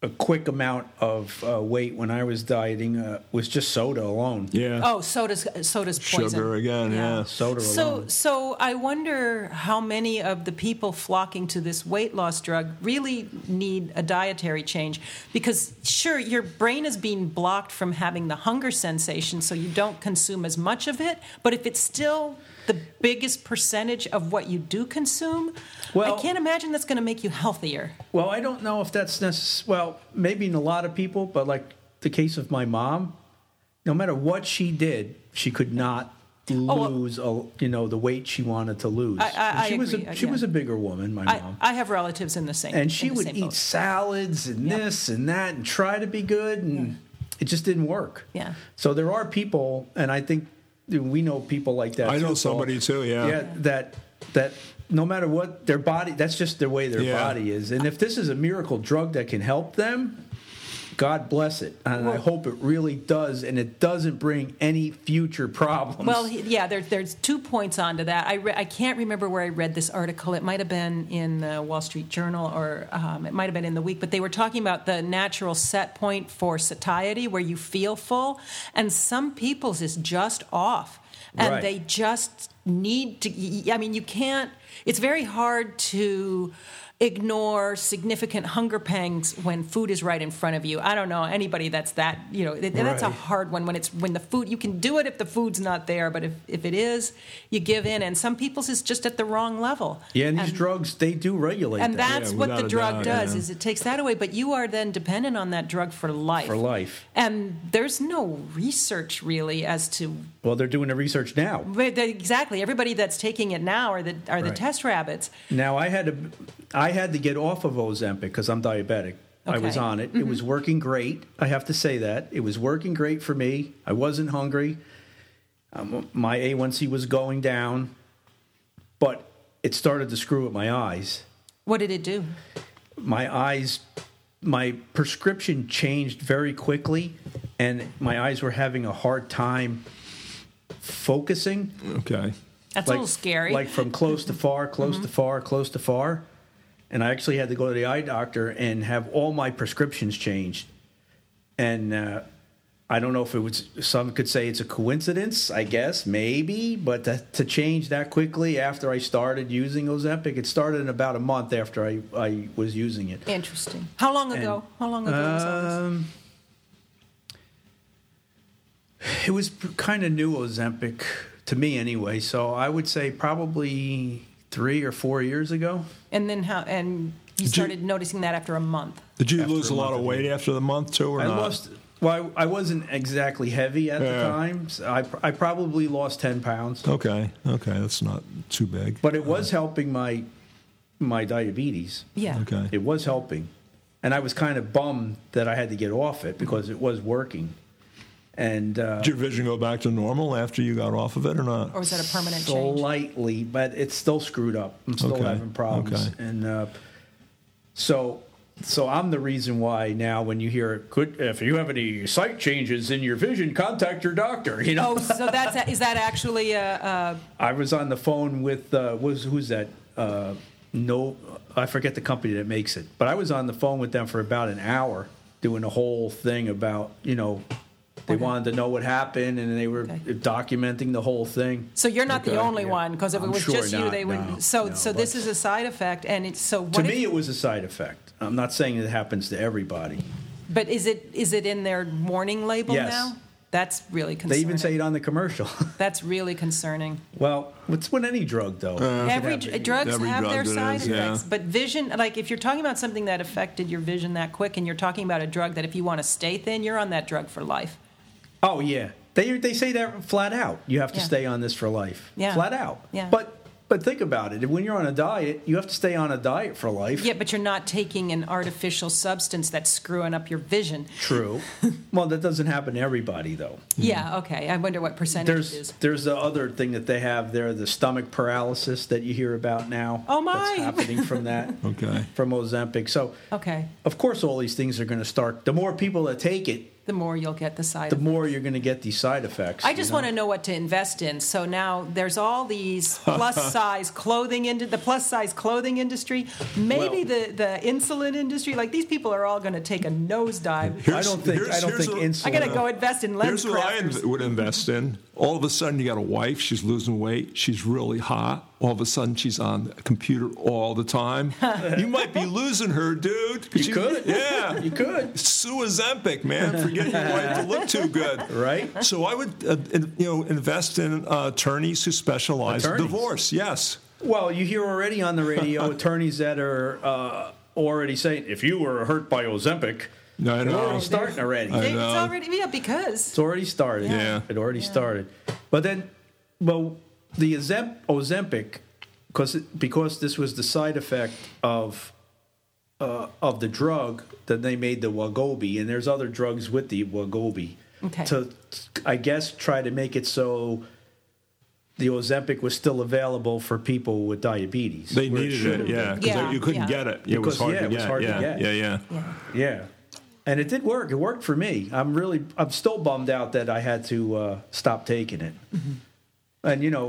Speaker 1: a quick amount of uh, weight when I was dieting uh, was just soda alone.
Speaker 2: Yeah.
Speaker 3: Oh, soda's soda's poison.
Speaker 2: Sugar again, yeah.
Speaker 1: Soda
Speaker 3: So,
Speaker 1: alone.
Speaker 3: so I wonder how many of the people flocking to this weight loss drug really need a dietary change because sure your brain is being blocked from having the hunger sensation so you don't consume as much of it, but if it's still the biggest percentage of what you do consume,
Speaker 1: Well-
Speaker 3: I can't imagine that's going to make you healthier.
Speaker 1: Well, I don't know if that's necess- well, maybe in a lot of people, but like the case of my mom, no matter what she did, she could not
Speaker 3: Oh, well-
Speaker 1: lose a, you know the weight she wanted to lose.
Speaker 3: I- I-
Speaker 1: And
Speaker 3: I
Speaker 1: she was
Speaker 3: agree, uh,
Speaker 1: a, she
Speaker 3: yeah.
Speaker 1: was a bigger woman, my
Speaker 3: I,
Speaker 1: mom.
Speaker 3: I have relatives in the same
Speaker 1: and she
Speaker 3: in the
Speaker 1: would
Speaker 3: same
Speaker 1: eat
Speaker 3: boat.
Speaker 1: salads and
Speaker 3: Yeah.
Speaker 1: this and that and try to be good and it just didn't work.
Speaker 3: Yeah.
Speaker 1: So there are people and I think we know people like that.
Speaker 2: I know
Speaker 1: Paul,
Speaker 2: somebody too, yeah.
Speaker 1: Yeah, that that no matter what their body that's just the way their
Speaker 2: Yeah.
Speaker 1: body is. And if this is a miracle drug that can help them, God bless it. And I hope it really does and it doesn't bring any future problems.
Speaker 3: Well, he- yeah, there, there's two points onto that. I, re- I can't remember where I read this article. It might have been in the Wall Street Journal or um, it might have been in the week, but they were talking about the natural set point for satiety where you feel full, and some people's is just off. And
Speaker 1: Right.
Speaker 3: they just need to, y- y- I mean, you can't, it's very hard to ignore significant hunger pangs when food is right in front of you. I don't know anybody that's that, you know, th- that's a
Speaker 1: Right.
Speaker 3: hard one when it's when the food you can do it if the food's not there but if, if it is you give in and some people's is just at the wrong level
Speaker 1: yeah, and these
Speaker 3: and,
Speaker 1: drugs they do regulate
Speaker 3: and
Speaker 1: that.
Speaker 3: that's
Speaker 2: Yeah,
Speaker 3: what
Speaker 2: without
Speaker 3: the
Speaker 2: a
Speaker 3: drug
Speaker 2: doubt,
Speaker 3: does
Speaker 2: yeah.
Speaker 3: is it takes that away but you are then dependent on that drug for life
Speaker 1: For life.
Speaker 3: and there's no research really as to
Speaker 1: Well, they're doing the research now.
Speaker 3: but the- exactly everybody that's taking it now are the are the
Speaker 1: Right.
Speaker 3: test rabbits
Speaker 1: Now I had to, I had to get off of Ozempic because I'm diabetic. I was
Speaker 3: Okay.
Speaker 1: on it. It was working great. I have to say that it was working great for me. I wasn't hungry. Um, my A1C was going down, but it started to screw up my eyes.
Speaker 3: what did it do
Speaker 1: My eyes, my prescription changed very quickly, and my eyes were having a hard time focusing
Speaker 2: Okay.
Speaker 3: that's a little scary Mm-hmm.
Speaker 1: like from close to far, close to far, close to far. And I actually had to go to the eye doctor and have all my prescriptions changed. And uh, I don't know if it was, some could say it's a coincidence, I guess, maybe, but to, to change that quickly after I started using Ozempic, it started in about a month after I, I was using it.
Speaker 3: interesting how long ago
Speaker 1: And-
Speaker 3: how long ago was all this
Speaker 1: Um, it was kind of new Ozempic to me anyway, so I would say probably three or four years ago.
Speaker 3: and then how and you
Speaker 2: Did you-
Speaker 3: started noticing that after a month
Speaker 2: Did you
Speaker 1: After
Speaker 2: lose
Speaker 1: a
Speaker 2: a lot
Speaker 1: month
Speaker 2: of
Speaker 1: of
Speaker 2: weight after the month too, or
Speaker 1: I
Speaker 2: not?
Speaker 1: lost. Well, I, I wasn't exactly heavy at the
Speaker 2: Uh-huh. Yeah.
Speaker 1: time. So I pr- I probably lost ten pounds,
Speaker 2: Okay. Okay, that's not too big.
Speaker 1: but it was helping my my diabetes.
Speaker 3: yeah
Speaker 2: Okay.
Speaker 1: It was helping. And I was kind of bummed that I had to get off it because it was working. And uh,
Speaker 2: Did your vision go back to normal after you got off of it, or not?
Speaker 3: or was that a permanent change?
Speaker 1: Slightly, but it's still screwed up. I'm still
Speaker 2: Okay,
Speaker 1: having problems,
Speaker 2: okay.
Speaker 1: and uh, so so I'm the reason why now when you hear could if you have any sight changes in your vision, contact your doctor. You know,
Speaker 3: Oh, so that's is that actually a,
Speaker 1: I was on the phone with uh, was who's that? Uh, no, I forget the company that makes it, but I was on the phone with them for about an hour doing a whole thing about you know. They
Speaker 3: Okay.
Speaker 1: wanted to know what happened, and they were
Speaker 3: Okay.
Speaker 1: documenting the whole thing.
Speaker 3: so you're not the
Speaker 1: Okay,
Speaker 3: only
Speaker 1: yeah.
Speaker 3: one because if it
Speaker 1: I'm
Speaker 3: was
Speaker 1: sure
Speaker 3: just you,
Speaker 1: not,
Speaker 3: they would.
Speaker 1: no,
Speaker 3: so
Speaker 1: no,
Speaker 3: so
Speaker 1: but-
Speaker 3: this is a side effect, and it's so what
Speaker 1: To
Speaker 3: if-
Speaker 1: me, it was a side effect. I'm not saying it happens to everybody.
Speaker 3: but is it is it in their warning label
Speaker 1: Yes.
Speaker 3: now? That's really
Speaker 1: They
Speaker 3: concerning.
Speaker 1: even say it on the commercial.
Speaker 3: that's really concerning.
Speaker 1: well, what's with any drug though?
Speaker 3: Every
Speaker 1: have it.
Speaker 3: dr- drugs
Speaker 2: Every
Speaker 3: have
Speaker 2: drug
Speaker 3: their
Speaker 2: that
Speaker 3: side
Speaker 2: is, yeah.
Speaker 3: effects, but vision, like if you're talking about something that affected your vision that quick, and you're talking about a drug that if you want to stay thin, you're on that drug for life.
Speaker 1: oh yeah, they they say that flat out. You have to
Speaker 3: Yeah.
Speaker 1: stay on this for life.
Speaker 3: Yeah.
Speaker 1: Flat out.
Speaker 3: Yeah.
Speaker 1: But but think about it. When you're on a diet, you have to stay on a diet for life.
Speaker 3: Yeah, but you're not taking an artificial substance that's screwing up your vision.
Speaker 1: True. well, that doesn't happen to everybody though.
Speaker 2: Hmm.
Speaker 3: Yeah, okay. I wonder what percentage it
Speaker 1: There's
Speaker 3: is.
Speaker 1: there's the other thing that they have there, the stomach paralysis that you hear about now.
Speaker 3: Oh, my.
Speaker 1: That's happening from that.
Speaker 2: Okay.
Speaker 1: From Ozempic. So
Speaker 3: Okay.
Speaker 1: of course all these things are going to start the more people that take it
Speaker 3: the more you'll get the side
Speaker 1: the more you're going to get these side effects.
Speaker 3: I just want to know what to invest in. So now there's all these plus size clothing into the plus size clothing industry, maybe the, the insulin industry. Like these people are all going to take a nosedive.
Speaker 1: I don't think I don't
Speaker 2: Here's-
Speaker 1: think
Speaker 2: here's
Speaker 1: insulin.
Speaker 2: a-
Speaker 3: I got to go invest in lens
Speaker 2: Here's what I
Speaker 3: crafters.
Speaker 2: inv- would invest in. All of a sudden, you got a wife. She's losing weight. She's really hot. All of a sudden, she's on the computer all the time. you might be losing her, dude.
Speaker 1: You could.
Speaker 2: Yeah.
Speaker 1: You could.
Speaker 2: Sue Ozempic, man, for getting your wife to look too good.
Speaker 1: Right.
Speaker 2: So I would, uh, in- you know, invest in uh, attorneys who specialize
Speaker 1: Attorneys.
Speaker 2: in divorce. Yes.
Speaker 1: Well, you hear already on the radio attorneys that are uh, already saying, if you were hurt by Ozempic,
Speaker 2: No, I
Speaker 1: it's
Speaker 2: know.
Speaker 1: already starting already.
Speaker 2: I
Speaker 3: It's
Speaker 2: know.
Speaker 3: already yeah because
Speaker 1: It's already started.
Speaker 2: Yeah.
Speaker 1: It already started. But then, well, the Ozem- Ozempic, because because this was the side effect of uh, of the drug, then they made the Wagobi, and there's other drugs with the Wagobi
Speaker 3: Okay.
Speaker 1: to, I guess, try to make it so the Ozempic was still available for people with diabetes.
Speaker 2: They
Speaker 1: where
Speaker 2: needed
Speaker 1: should
Speaker 2: it,
Speaker 1: have
Speaker 2: yeah, because
Speaker 3: Yeah,
Speaker 2: you couldn't
Speaker 3: yeah.
Speaker 2: get it. It
Speaker 1: Because,
Speaker 2: was hard
Speaker 1: yeah,
Speaker 2: to
Speaker 1: it was
Speaker 2: get.
Speaker 1: hard to
Speaker 2: yeah,
Speaker 1: get.
Speaker 2: yeah, yeah.
Speaker 1: Yeah. And it did work. It worked for me. I'm really, I'm still bummed out that I had to uh, stop taking it.
Speaker 2: Mm-hmm.
Speaker 1: And, you know,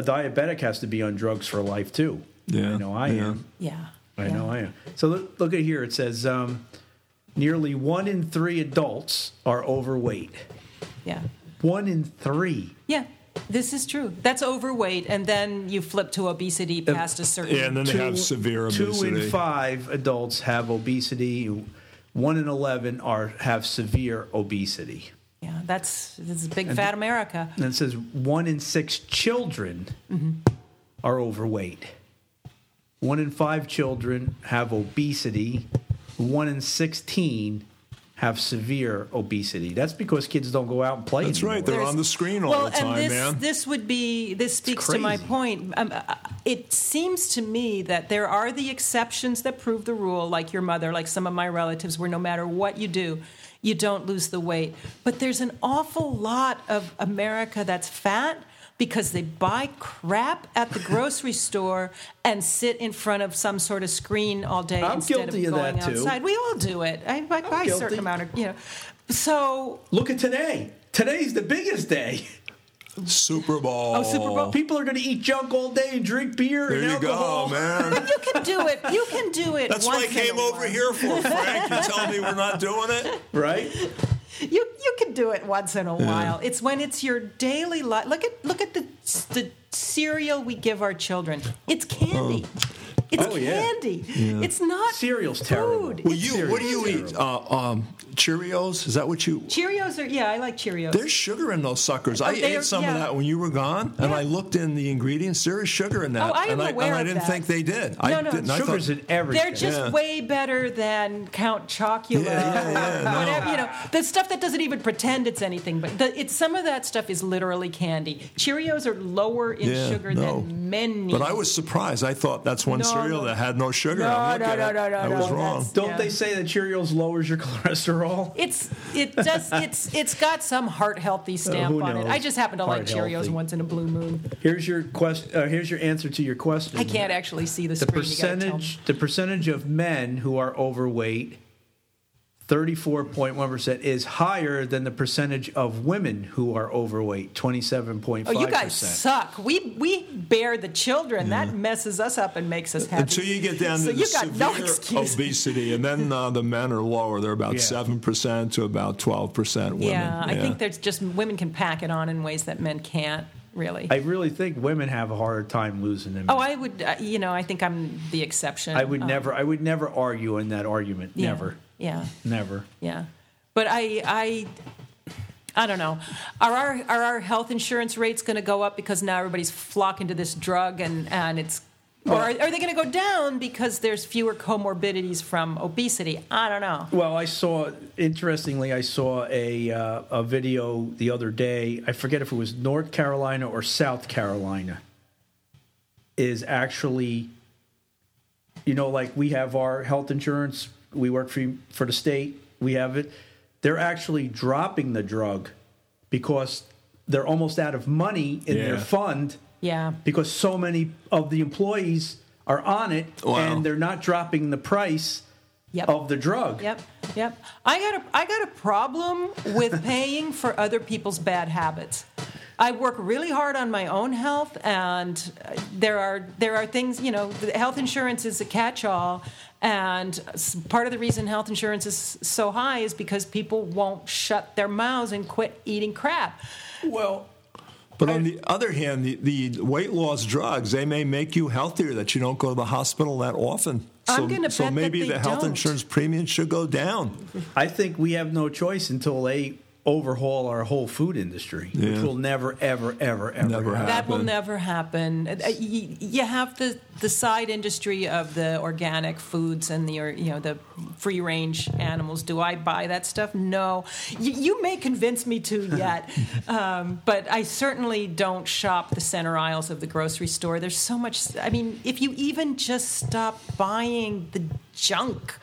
Speaker 1: a diabetic has to be on drugs for life, too. I
Speaker 2: Yeah,
Speaker 1: know I
Speaker 2: yeah.
Speaker 1: am.
Speaker 3: yeah.
Speaker 1: I
Speaker 3: yeah.
Speaker 1: know I am. So look, look at here. It says um, nearly one in three adults are overweight.
Speaker 3: Yeah.
Speaker 1: One in three.
Speaker 3: Yeah. This is true. That's overweight and then you flip to obesity past a certain
Speaker 2: Yeah, and then they have severe obesity.
Speaker 1: Two in five adults have obesity. One in 11 are have severe obesity.
Speaker 3: Yeah, that's this is big fat America.
Speaker 1: And it says one in six children
Speaker 2: Mm-hmm.
Speaker 1: are overweight. One in five children have obesity. One in 16 have severe obesity. That's because kids don't go out and play.
Speaker 2: That's
Speaker 1: anymore.
Speaker 2: right. They're
Speaker 3: There's-
Speaker 2: on the screen all
Speaker 3: well,
Speaker 2: the time,
Speaker 3: and this,
Speaker 2: man.
Speaker 3: This would be this speaks to my
Speaker 1: crazy.
Speaker 3: point. Um, uh, it seems to me that there are the exceptions that prove the rule, like your mother, like some of my relatives, where no matter what you do, you don't lose the weight. But there's an awful lot of America that's fat. Because they buy crap at the grocery store and sit in front of some sort of screen all day
Speaker 1: I'm
Speaker 3: instead
Speaker 1: guilty
Speaker 3: of
Speaker 1: of
Speaker 3: going
Speaker 1: that, too.
Speaker 3: outside. We all do it. I, I buy a
Speaker 1: guilty.
Speaker 3: certain amount of, you know. So
Speaker 1: Look at today. Today's the biggest day.
Speaker 2: Super Bowl.
Speaker 3: Oh, Super Bowl.
Speaker 1: People are going to eat junk all day and drink beer
Speaker 2: There
Speaker 1: and
Speaker 2: you
Speaker 1: alcohol.
Speaker 2: go, man.
Speaker 3: you can do it. You can do it.
Speaker 2: That's what I
Speaker 3: once in a
Speaker 2: came over
Speaker 3: while.
Speaker 2: here for, Frank. You're telling me we're not doing it?
Speaker 1: Right?
Speaker 3: You you can do it once in a while. It's when it's your daily life. Look at look at the the cereal we give our children. It's candy. It's
Speaker 1: Oh, yeah.
Speaker 3: candy. It's not
Speaker 1: Cereal's
Speaker 3: food.
Speaker 1: terrible.
Speaker 2: Well,
Speaker 3: It's-
Speaker 2: you, what do you eat? Uh, um, Cheerios? Is that what you?
Speaker 3: Cheerios are yeah. I like Cheerios.
Speaker 2: There's sugar in those suckers. I
Speaker 3: Oh, they
Speaker 2: ate
Speaker 3: are-
Speaker 2: some of
Speaker 3: yeah.
Speaker 2: that when you were gone, and
Speaker 3: Yeah.
Speaker 2: I looked in the ingredients. There is sugar in that,
Speaker 3: Oh, I am
Speaker 2: and, I, and
Speaker 3: aware
Speaker 2: I
Speaker 3: of
Speaker 2: didn't
Speaker 3: that.
Speaker 2: think they did.
Speaker 3: No,
Speaker 2: I
Speaker 3: no.
Speaker 2: didn't.
Speaker 1: Sugar's
Speaker 2: I thought,
Speaker 1: in everything.
Speaker 3: They're just
Speaker 2: Yeah.
Speaker 3: way better than Count Chocula,
Speaker 2: Yeah, yeah, yeah,
Speaker 3: whatever you know. The stuff that doesn't even pretend it's anything, but the, it's some of that stuff is literally candy. Cheerios are lower in
Speaker 2: Yeah,
Speaker 3: sugar
Speaker 2: no.
Speaker 3: than many.
Speaker 2: but I was surprised. I thought that's one
Speaker 3: No,
Speaker 2: cereal
Speaker 3: no.
Speaker 2: that had no sugar.
Speaker 3: No,
Speaker 2: I'm looking
Speaker 3: no,
Speaker 2: at
Speaker 3: no,
Speaker 2: it.
Speaker 3: no, no,
Speaker 2: I
Speaker 3: no,
Speaker 2: was wrong.
Speaker 3: that's-
Speaker 1: Don't
Speaker 3: Yeah.
Speaker 1: they say that Cheerios lowers your cholesterol?
Speaker 3: It's it does it's it's got some heart healthy stamp
Speaker 1: Uh, who
Speaker 3: on it.
Speaker 1: knows?
Speaker 3: I just happen to
Speaker 1: Heart
Speaker 3: like Cheerios
Speaker 1: healthy.
Speaker 3: once in a blue moon.
Speaker 1: Here's your quest. Uh, here's your answer to your question.
Speaker 3: I can't actually see the,
Speaker 1: the
Speaker 3: screen. you gotta tell me.
Speaker 1: percentage the percentage of men who are overweight 34.1% is higher than the percentage of women who are overweight 27.5%.
Speaker 3: Oh, you guys suck. We we bear the children. That messes us up and makes
Speaker 1: Uh,
Speaker 3: us happy.
Speaker 2: Until you get down
Speaker 3: so
Speaker 2: to
Speaker 3: you
Speaker 2: the
Speaker 3: got no
Speaker 2: severe
Speaker 3: excuse.
Speaker 2: obesity, and then uh, the men are lower. They're about
Speaker 1: Yeah.
Speaker 2: seven percent to about twelve percent women.
Speaker 3: Yeah, I think there's just women can pack it on in ways that men can't really.
Speaker 1: I really think women have a harder time losing them.
Speaker 3: oh, I would. Uh, you know, I think I'm the exception.
Speaker 1: I would
Speaker 3: Um,
Speaker 1: never I would never argue in that argument.
Speaker 3: yeah,
Speaker 1: Never.
Speaker 3: Yeah.
Speaker 1: Never.
Speaker 3: Yeah, but I, I, I don't know. Are our are our health insurance rates going to go up because now everybody's flocking to this drug and and it's. Or are, are they going to go down because there's fewer comorbidities from obesity? I don't know.
Speaker 1: Well, I saw interestingly, I saw a uh, a video the other day. I forget if it was North Carolina or South Carolina. Is actually, you know, like we have our health insurance. We work for for the state. We have it. They're actually dropping the drug because they're almost out of money in their
Speaker 2: Yeah.
Speaker 1: fund
Speaker 3: Yeah.
Speaker 1: because so many of the employees are on it
Speaker 2: Wow.
Speaker 1: and they're not dropping the price
Speaker 3: Yep.
Speaker 1: of the drug.
Speaker 3: Yep, yep. I got a I got a problem with paying for other people's bad habits. I work really hard on my own health, and uh, there are there are things you know. the Health insurance is a catch-all, and s- part of the reason health insurance is so high is because people won't shut their mouths and quit eating crap.
Speaker 1: Well,
Speaker 2: But on the other hand, the, the weight loss drugs, they may make you healthier that you don't go to the hospital that often.
Speaker 3: I'm
Speaker 2: So,
Speaker 3: gonna
Speaker 2: so
Speaker 3: bet that
Speaker 2: maybe
Speaker 3: they
Speaker 2: the health
Speaker 3: don't.
Speaker 2: insurance premium should go down.
Speaker 1: I think we have no choice until they overhaul our whole food industry, which
Speaker 2: Yeah.
Speaker 1: will never, ever, ever, ever
Speaker 2: Never
Speaker 1: happen.
Speaker 3: That will
Speaker 2: happen.
Speaker 3: never happen. Uh, You, you have the, the side industry of the organic foods and the or- you know the free range animals. Do I buy that stuff? No. You, you may convince me to yet, um, but I certainly don't shop the center aisles of the grocery store. There's so much. I mean, if you even just stop buying the junk.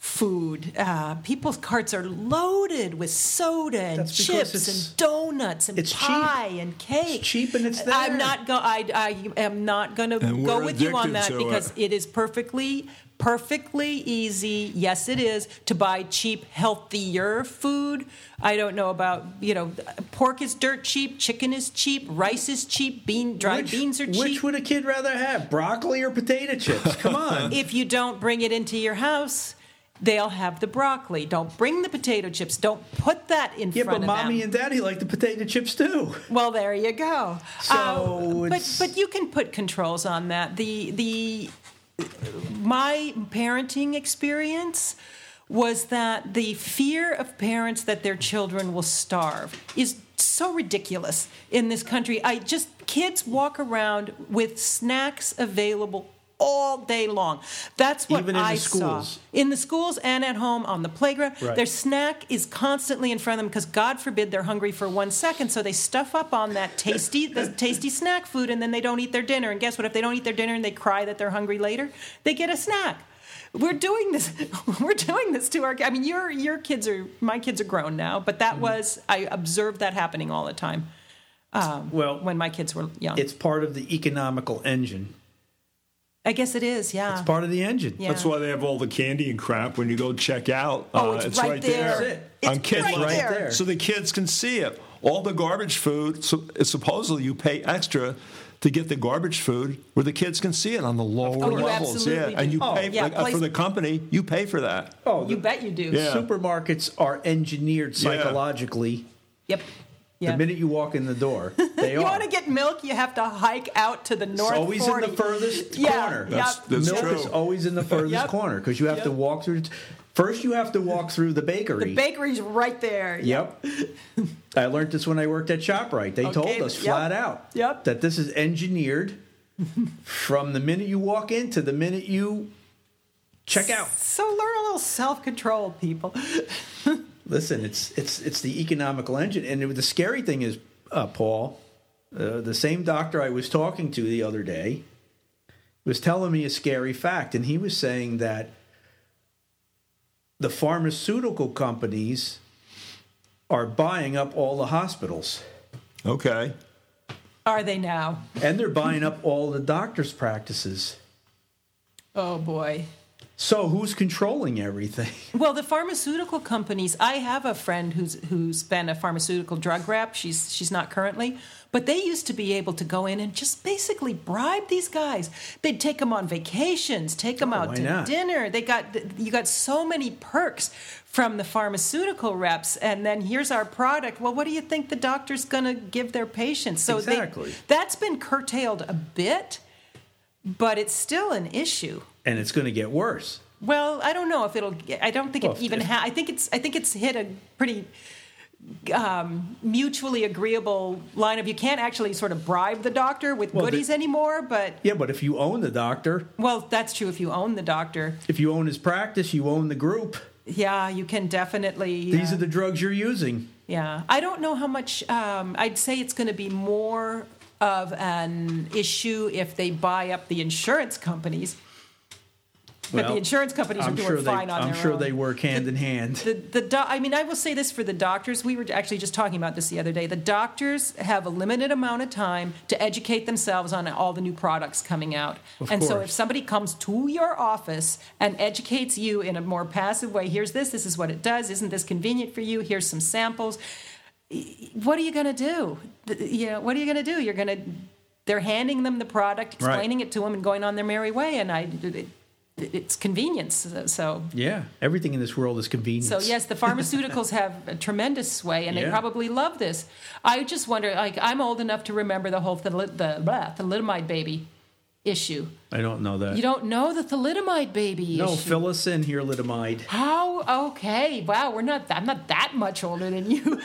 Speaker 3: Food. Uh, people's carts are loaded with soda and
Speaker 1: That's because
Speaker 3: chips
Speaker 1: it's-
Speaker 3: and donuts and
Speaker 1: it's cheap.
Speaker 3: pie and cake.
Speaker 1: It's cheap and it's there.
Speaker 3: I'm not go- I, I am not going to
Speaker 2: And
Speaker 3: go
Speaker 2: we're
Speaker 3: with you on
Speaker 2: addicted
Speaker 3: that
Speaker 2: to
Speaker 3: because
Speaker 2: it.
Speaker 3: it is perfectly, perfectly easy. Yes, it is to buy cheap, healthier food. I don't know about you know, pork is dirt cheap, chicken is cheap, rice is cheap, bean dried
Speaker 1: Which-
Speaker 3: beans are cheap.
Speaker 1: Which would a kid rather have, broccoli or potato chips? Come on.
Speaker 3: if you don't bring it into your house. They'll have the broccoli. Don't bring the potato chips. Don't put that in
Speaker 1: yeah,
Speaker 3: front
Speaker 1: but
Speaker 3: of them.
Speaker 1: mommy and daddy like the potato chips too.
Speaker 3: Well, there you go.
Speaker 1: So
Speaker 3: Uh, but
Speaker 1: it's-
Speaker 3: but you can put controls on that. The the my parenting experience was that the fear of parents that their children will starve is so ridiculous in this country. I just kids walk around with snacks available all day long. That's what
Speaker 1: Even in the
Speaker 3: I
Speaker 1: schools.
Speaker 3: saw in the schools and at home on the playground.
Speaker 1: Right.
Speaker 3: Their snack is constantly in front of them because God forbid they're hungry for one second, so they stuff up on that tasty the tasty snack food and then they don't eat their dinner. And guess what? If they don't eat their dinner and they cry that they're hungry later, they get a snack. We're doing this. We're doing this to our. I mean, your your kids are my kids are grown now, but
Speaker 1: Mm-hmm.
Speaker 3: that was I observed that happening all the time
Speaker 1: Well,
Speaker 3: when my kids were young.
Speaker 1: it's part of the economical engine.
Speaker 3: I guess it is. Yeah.
Speaker 1: It's part of the engine.
Speaker 3: Ah. Yeah.
Speaker 2: That's why they have all the candy and crap when you go check out. Uh,
Speaker 3: Oh, it's right there.
Speaker 1: That's it.
Speaker 2: on
Speaker 3: It's
Speaker 2: kids
Speaker 3: right
Speaker 2: lunch.
Speaker 1: there. there.
Speaker 2: So the kids can see it. All the garbage food, so it's supposedly you pay extra to get the garbage food where the kids can see it on the lower
Speaker 3: course. Oh, you
Speaker 2: levels.
Speaker 3: absolutely
Speaker 2: yeah, and
Speaker 3: do.
Speaker 2: you
Speaker 3: Oh,
Speaker 2: pay
Speaker 3: yeah,
Speaker 2: like, uh,
Speaker 3: place-
Speaker 2: for the company, you pay for that.
Speaker 1: Oh, the
Speaker 3: you bet you do.
Speaker 2: Yeah.
Speaker 1: supermarkets are engineered
Speaker 2: Yeah.
Speaker 1: psychologically.
Speaker 3: Yep. Yeah.
Speaker 1: The minute you walk in the door, they
Speaker 3: you
Speaker 1: are.
Speaker 3: want to get milk, you have to hike out to the north.
Speaker 1: it's always
Speaker 3: 40.
Speaker 1: in the furthest
Speaker 3: Yeah,
Speaker 1: corner.
Speaker 2: That's-
Speaker 3: yep.
Speaker 2: that's
Speaker 1: Milk
Speaker 2: true.
Speaker 1: is always in the furthest
Speaker 3: Yep.
Speaker 1: corner because you have to
Speaker 3: Yep.
Speaker 1: walk through. First, you have to walk through the bakery.
Speaker 3: The bakery's right there.
Speaker 1: Yep. I learned this when I worked at ShopRite. They
Speaker 3: Okay,
Speaker 1: told us
Speaker 3: yep.
Speaker 1: flat out
Speaker 3: Yep.
Speaker 1: that this is engineered from the minute you walk in to the minute you check out.
Speaker 3: So learn a little self control, people.
Speaker 1: Listen, it's it's it's the economical engine, and it- the scary thing is, uh, Paul, uh, the same doctor I was talking to the other day was telling me a scary fact, and he was saying that the pharmaceutical companies are buying up all the hospitals.
Speaker 2: Okay.
Speaker 3: Are they now?
Speaker 1: and they're buying up all the doctors' practices.
Speaker 3: Oh boy.
Speaker 1: So who's controlling everything?
Speaker 3: Well, the pharmaceutical companies. I have a friend who's who's been a pharmaceutical drug rep. She's she's not currently, but they used to be able to go in and just basically bribe these guys. They'd take them on vacations, take them out
Speaker 1: Oh, why
Speaker 3: to
Speaker 1: not?
Speaker 3: dinner. They got you got so many perks from the pharmaceutical reps, and then here's our product. Well, what do you think the doctor's going to give their patients? So they-
Speaker 1: Exactly.
Speaker 3: that's been curtailed a bit, but it's still an issue.
Speaker 1: And it's going to get worse.
Speaker 3: Well, I don't know if it'll. I don't think
Speaker 1: Well,
Speaker 3: it
Speaker 1: if-
Speaker 3: even.
Speaker 1: if-
Speaker 3: Ha- I think it's. I think it's hit a pretty um, mutually agreeable line of you can't actually sort of bribe the doctor with
Speaker 1: Well, the-
Speaker 3: goodies anymore. But
Speaker 1: Yeah, but if you own the doctor,
Speaker 3: well, that's true if you own the doctor.
Speaker 1: if you own his practice, you own the group.
Speaker 3: Yeah, you can definitely.
Speaker 1: These
Speaker 3: uh,
Speaker 1: are the drugs you're using.
Speaker 3: Yeah, I don't know how much. Um, I'd say it's going to be more of an issue if they buy up the insurance companies. but
Speaker 1: Well,
Speaker 3: the insurance companies
Speaker 1: I'm
Speaker 3: are doing
Speaker 1: sure they,
Speaker 3: fine on
Speaker 1: I'm
Speaker 3: their
Speaker 1: sure
Speaker 3: own.
Speaker 1: they work hand in hand.
Speaker 3: The, the do- I mean, I will say this for the doctors. We were actually just talking about this the other day. The doctors have a limited amount of time to educate themselves on all the new products coming out.
Speaker 1: Of
Speaker 3: and so
Speaker 1: course.
Speaker 3: if somebody comes to your office and educates you in a more passive way, here's this, this is what it does, isn't this convenient for you? Here's some samples. What are you going to do? Th- You know, what are you going to do? You're going to they're handing them the product,
Speaker 1: Right.
Speaker 3: explaining it to them and going on their merry way and I it, it's convenience. So- So
Speaker 1: Yeah, everything in this world is convenience.
Speaker 3: so yes, the pharmaceuticals have a tremendous sway, and they
Speaker 1: Yeah.
Speaker 3: probably love this. I just wonder, like I'm old enough to remember the whole thali- the blah, thalidomide baby issue.
Speaker 1: I don't know that.
Speaker 3: You don't know the thalidomide baby
Speaker 1: no,
Speaker 3: issue.
Speaker 1: fill us in here, Lidomide.
Speaker 3: How Oh, okay? Wow, we're not. I'm not that much older than you.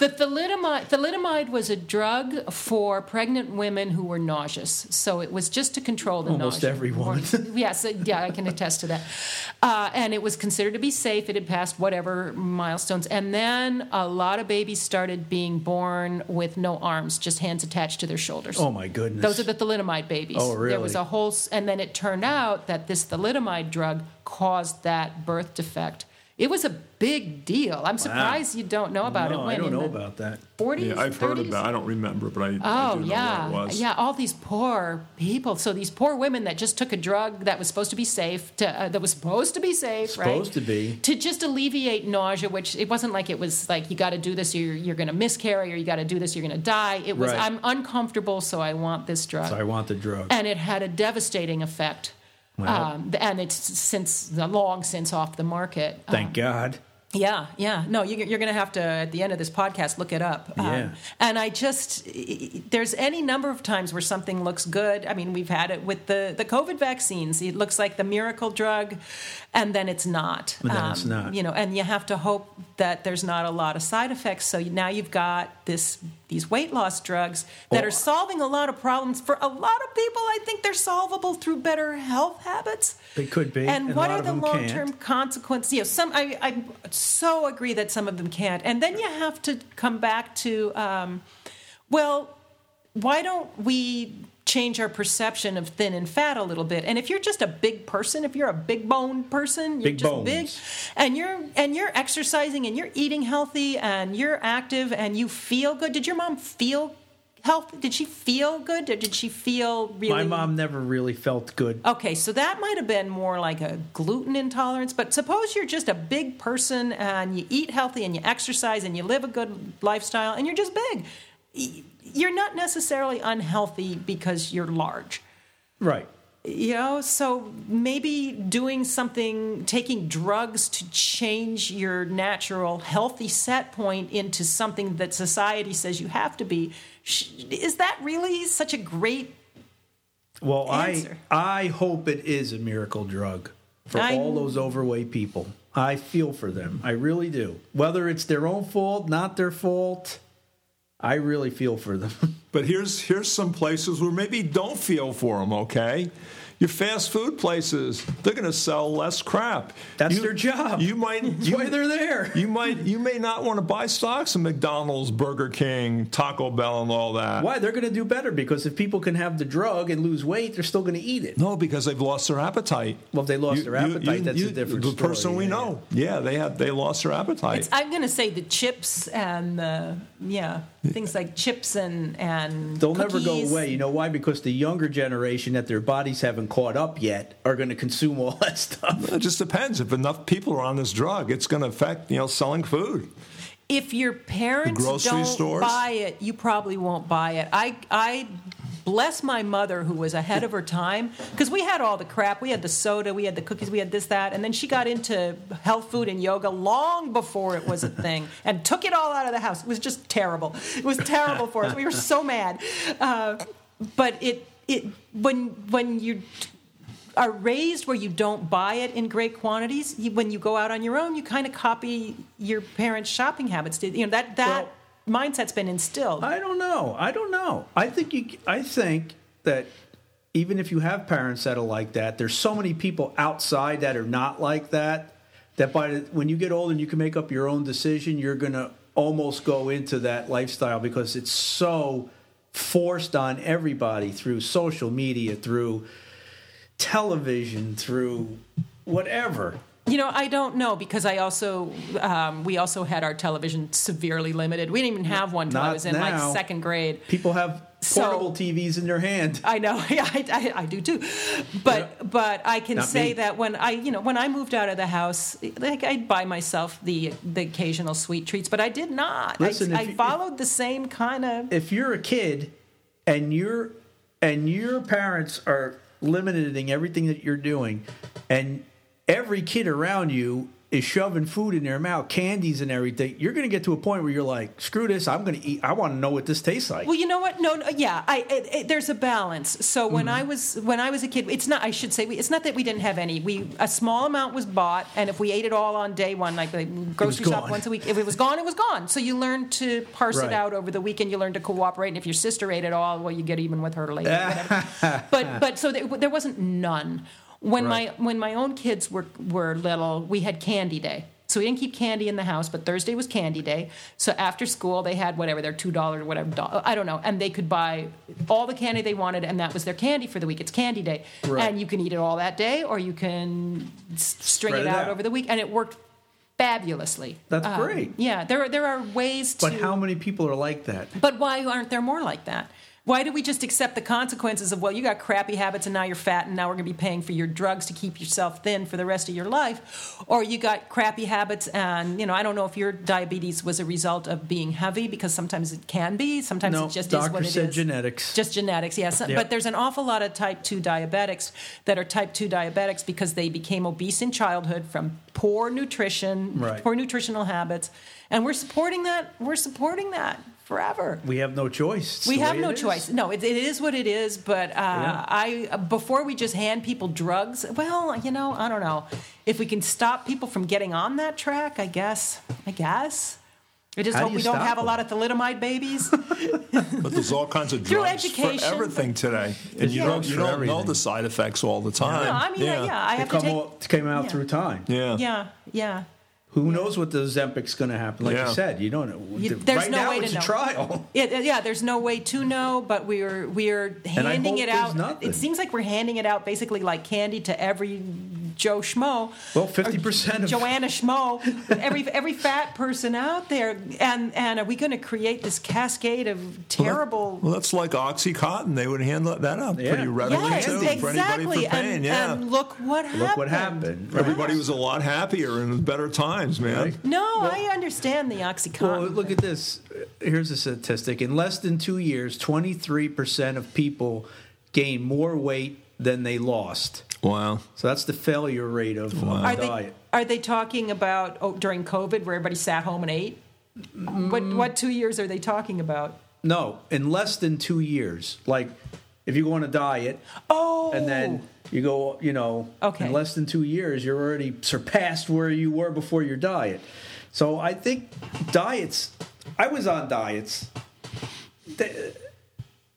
Speaker 3: the thalidomide, thalidomide was a drug for pregnant women who were nauseous. So it was just to control the
Speaker 1: Almost
Speaker 3: nausea.
Speaker 1: every woman.
Speaker 3: yes, uh, yeah, I can attest to that. Uh, and it was considered to be safe. It had passed whatever milestones, and then a lot of babies started being born with no arms, just hands attached to their shoulders.
Speaker 1: Oh my goodness.
Speaker 3: Those are the thalidomide babies.
Speaker 1: Oh,
Speaker 3: There was
Speaker 1: really?
Speaker 3: a whole, s- and then it turned out that this thalidomide drug caused that birth defect. It was a big deal. I'm surprised you don't know about
Speaker 1: no,
Speaker 3: it. When
Speaker 1: I don't
Speaker 3: in
Speaker 1: know
Speaker 3: the
Speaker 1: about that.
Speaker 3: 40s,
Speaker 2: Yeah, I've heard
Speaker 3: 30s?
Speaker 2: about. I don't remember, but I, I
Speaker 3: Oh
Speaker 2: do know
Speaker 3: yeah,
Speaker 2: what it was.
Speaker 3: yeah. All these poor people. So these poor women that just took a drug that was supposed to be safe, to, uh, that was supposed to be safe, right?
Speaker 1: Supposed to be.
Speaker 3: to just alleviate nausea. Which it wasn't like it was like you got to do this, or you're, you're going to miscarry, or you got to do this, you're going to die. It was
Speaker 1: Right.
Speaker 3: I'm uncomfortable, so I want this drug
Speaker 1: So I want the drug.
Speaker 3: and it had a devastating effect.
Speaker 1: Wow.
Speaker 3: Um, and it's since long since off the market. Uh,
Speaker 1: Thank God.
Speaker 3: yeah, yeah. No, you, you're going to have to at the end of this podcast look it up. Um,
Speaker 1: Yeah.
Speaker 3: and I just there's any number of times where something looks good. I mean, we've had it with the the COVID vaccines. It looks like the miracle drug, and then it's not. Um,
Speaker 1: And then it's not.
Speaker 3: You know, and you have to hope that therere's not a lot of side effects. So now you've got this these weight loss drugs that
Speaker 1: Oh.
Speaker 3: are solving a lot of problems for a lot of people. I think they're solvable through better health habits.
Speaker 1: They could be,
Speaker 3: And,
Speaker 1: and a lot
Speaker 3: what are
Speaker 1: of
Speaker 3: the
Speaker 1: them
Speaker 3: long
Speaker 1: can't.
Speaker 3: term consequences? You know, some I, I so agree that some of them can't. And then you have to come back to, um, well, why don't we change our perception of thin and fat a little bit? And if you're just a big person, if you're a big bone person, you're
Speaker 1: Big
Speaker 3: just
Speaker 1: bones.
Speaker 3: big, and you're and you're exercising and you're eating healthy and you're active and you feel good. Did your mom feel? Health? Did she feel good, or did she feel really? Oh.
Speaker 1: My mom never really felt good.
Speaker 3: Okay, so that might have been more like a gluten intolerance, but suppose you're just a big person and you eat healthy and you exercise and you live a good lifestyle and you're just big. Y- You're not necessarily unhealthy because you're large.
Speaker 1: Right.
Speaker 3: You know, so maybe doing something, taking drugs to change your natural healthy set point into something that society says you have to be. sh- Is that really such a great
Speaker 1: Well,
Speaker 3: Answer.
Speaker 1: I I hope it is a miracle drug for
Speaker 3: I-
Speaker 1: all those overweight people. I feel for them. I really do. Whether it's their own fault, not their fault, I really feel for them.
Speaker 2: But here's here's some places where maybe you don't feel for them. Okay, your fast food places they're going to sell less crap.
Speaker 1: That's
Speaker 2: You-
Speaker 1: their job.
Speaker 2: You might
Speaker 1: That's
Speaker 2: you,
Speaker 1: why they're there.
Speaker 2: you might you may not want to buy stocks in McDonald's, Burger King, Taco Bell, and all that.
Speaker 1: Why? They're going to do better because if people can have the drug and lose weight, they're still going to eat it.
Speaker 2: No, because they've lost their appetite.
Speaker 1: Well, if they lost their appetite, that's a different
Speaker 2: The
Speaker 1: story,
Speaker 2: person we
Speaker 1: yeah,
Speaker 2: know, yeah, they had they lost their appetite.
Speaker 3: It's, I'm going to say the chips and the yeah things like chips and and
Speaker 1: They'll never go
Speaker 3: cookies.
Speaker 1: away. You know why? Because the younger generation that their bodies haven't caught up yet are going to consume all that stuff.
Speaker 2: It just depends. If enough people are on this drug, it's going to affect you know selling food.
Speaker 3: If your parents
Speaker 2: The grocery
Speaker 3: don't
Speaker 2: stores?
Speaker 3: buy it, you probably won't buy it. I I bless my mother who was ahead of her time because we had all the crap. We had the soda, we had the cookies, we had this that, and then she got into health food and yoga long before it was a thing and took it all out of the house. It was just terrible. It was terrible for us. We were so mad. Uh, but it it when when you are raised where you don't buy it in great quantities. You, when you go out on your own, you kind of copy your parents' shopping habits. You know that that mindset's been instilled.
Speaker 1: I don't know. I don't know. I think you. I think that even if you have parents that are like that, there's so many people outside that are not like that. That by the, when you get older and you can make up your own decision, you're gonna almost go into that lifestyle because it's so forced on everybody through social media, through television, through whatever.
Speaker 3: You know, I don't know because I also um, we also had our television severely limited. We didn't even have one till I
Speaker 1: Not
Speaker 3: was in
Speaker 1: now.
Speaker 3: like second grade.
Speaker 1: People have
Speaker 3: So-
Speaker 1: portable TVs in their hand.
Speaker 3: I know, yeah, I, I, I do too, but but I can
Speaker 1: Not
Speaker 3: say
Speaker 1: me.
Speaker 3: that when I you know when I moved out of the house, like I'd buy myself the the occasional sweet treats, but I did not.
Speaker 1: Listen, if
Speaker 3: I, I
Speaker 1: you-
Speaker 3: followed the same kind of
Speaker 1: If you're a kid and you're and your parents are limiting everything that you're doing, and every kid around you is shoving food in their mouth, candies and everything, you're going to get to a point where you're like, "Screw this! I'm going to eat. I want to know what this tastes like."
Speaker 3: Well, you know what? No, no yeah, I it, it, there's a balance. So
Speaker 1: Mm-hmm.
Speaker 3: when I was when I was a kid, it's not I should say we, it's not that we didn't have any. We a small amount was bought, and if we ate it all on day one, like the grocery shop
Speaker 1: gone.
Speaker 3: once a week, if it was gone, it was gone. So you learn to parse
Speaker 1: Right.
Speaker 3: it out over the weekend. You learn to cooperate, and if your sister ate it all, well, you get even with her later. whatever. but but so there, there wasn't none. When
Speaker 1: Right.
Speaker 3: my when my own kids were were little, we had candy day. So we didn't keep candy in the house, but Thursday was candy day. So after school, they had whatever their two dollar whatever do- I don't know, and they could buy all the candy they wanted, and that was their candy for the week. It's candy day,
Speaker 1: Right.
Speaker 3: and you can eat it all that day, or you can s- string
Speaker 1: Spread
Speaker 3: it,
Speaker 1: it
Speaker 3: out,
Speaker 1: out.
Speaker 3: over the week, and it worked fabulously. Um,
Speaker 1: That's great.
Speaker 3: Yeah, there are, there are ways
Speaker 1: but
Speaker 3: to.
Speaker 1: how many people are like that?
Speaker 3: But why aren't there more like that? Why do we just accept the consequences of, well, you got crappy habits and now you're fat and now we're going to be paying for your drugs to keep yourself thin for the rest of your life? Or you got crappy habits and, you know, I don't know if your diabetes was a result of being heavy because sometimes it can be. Sometimes
Speaker 1: no,
Speaker 3: it just is
Speaker 1: doctor
Speaker 3: what it is.
Speaker 1: said genetics.
Speaker 3: Just genetics, yes.
Speaker 1: Yep.
Speaker 3: But there's an awful lot of type 2 diabetics that are type 2 diabetics because they became obese in childhood from poor nutrition,
Speaker 1: Right.
Speaker 3: poor nutritional habits. And we're supporting that. We're supporting that forever.
Speaker 1: we have no choice. It's
Speaker 3: We
Speaker 1: the
Speaker 3: have
Speaker 1: way
Speaker 3: no
Speaker 1: it is.
Speaker 3: choice. No, it, it is what it is. But uh,
Speaker 1: Yeah.
Speaker 3: I, before we just hand people drugs, well, you know, I don't know. If we can stop people from getting on that track, I guess. I guess. I just
Speaker 1: How
Speaker 3: hope
Speaker 1: do you
Speaker 3: we don't
Speaker 1: stop
Speaker 3: have
Speaker 1: them?
Speaker 3: a lot of thalidomide babies.
Speaker 2: But there's all kinds of
Speaker 3: Through
Speaker 2: drugs for
Speaker 3: education.
Speaker 2: everything today, and you
Speaker 1: Yeah.
Speaker 2: don't you
Speaker 1: For
Speaker 2: don't know
Speaker 1: everything.
Speaker 2: the side effects all the time.
Speaker 3: no, I mean, yeah, yeah I
Speaker 1: It
Speaker 3: have to
Speaker 1: come
Speaker 3: take.
Speaker 1: out, came out
Speaker 3: yeah.
Speaker 1: through time.
Speaker 2: yeah,
Speaker 3: Yeah, yeah.
Speaker 1: Who knows what the Ozempic's going to happen? Like
Speaker 2: Yeah.
Speaker 1: you said, you don't know.
Speaker 3: You- there's
Speaker 1: right
Speaker 3: no
Speaker 1: now,
Speaker 3: way to
Speaker 1: it's
Speaker 3: know.
Speaker 1: a trial.
Speaker 3: Yeah, th- yeah, there's no way to know, but we're we're
Speaker 1: I
Speaker 3: handing
Speaker 1: hope
Speaker 3: it
Speaker 1: there's
Speaker 3: out.
Speaker 1: nothing.
Speaker 3: It seems like we're handing it out basically like candy to every Joe Schmo.
Speaker 1: Well,
Speaker 3: or
Speaker 1: 50% of-
Speaker 3: Joanna Schmo, every every fat person out there, and and are we going to create this cascade of
Speaker 2: Well, that-
Speaker 3: terrible?
Speaker 2: Well, that's like OxyContin. They would handle that up
Speaker 1: Yeah.
Speaker 2: pretty readily
Speaker 3: yes,
Speaker 2: too
Speaker 3: exactly.
Speaker 2: for anybody for pain.
Speaker 3: and,
Speaker 2: yeah,
Speaker 3: and look what happened.
Speaker 1: Look what happened. right?
Speaker 2: everybody was a lot happier and in better times, man.
Speaker 1: Right.
Speaker 3: No, I understand the OxyContin.
Speaker 1: Well, look at this. Here's a statistic. In less than two years, 23% of people gain more weight than they lost.
Speaker 2: Wow.
Speaker 1: So that's the failure rate of,
Speaker 3: Are
Speaker 1: of the
Speaker 3: they
Speaker 1: diet.
Speaker 3: are they talking about oh, during COVID where everybody sat home and ate? What
Speaker 1: Mm.
Speaker 3: what two years are they talking about?
Speaker 1: No, in less than two years. Like, if you go on a diet
Speaker 3: Oh,
Speaker 1: and then you go, you know,
Speaker 3: Okay.
Speaker 1: in less than two years, you're already surpassed where you were before your diet. So I think diets, I was on diets. Th-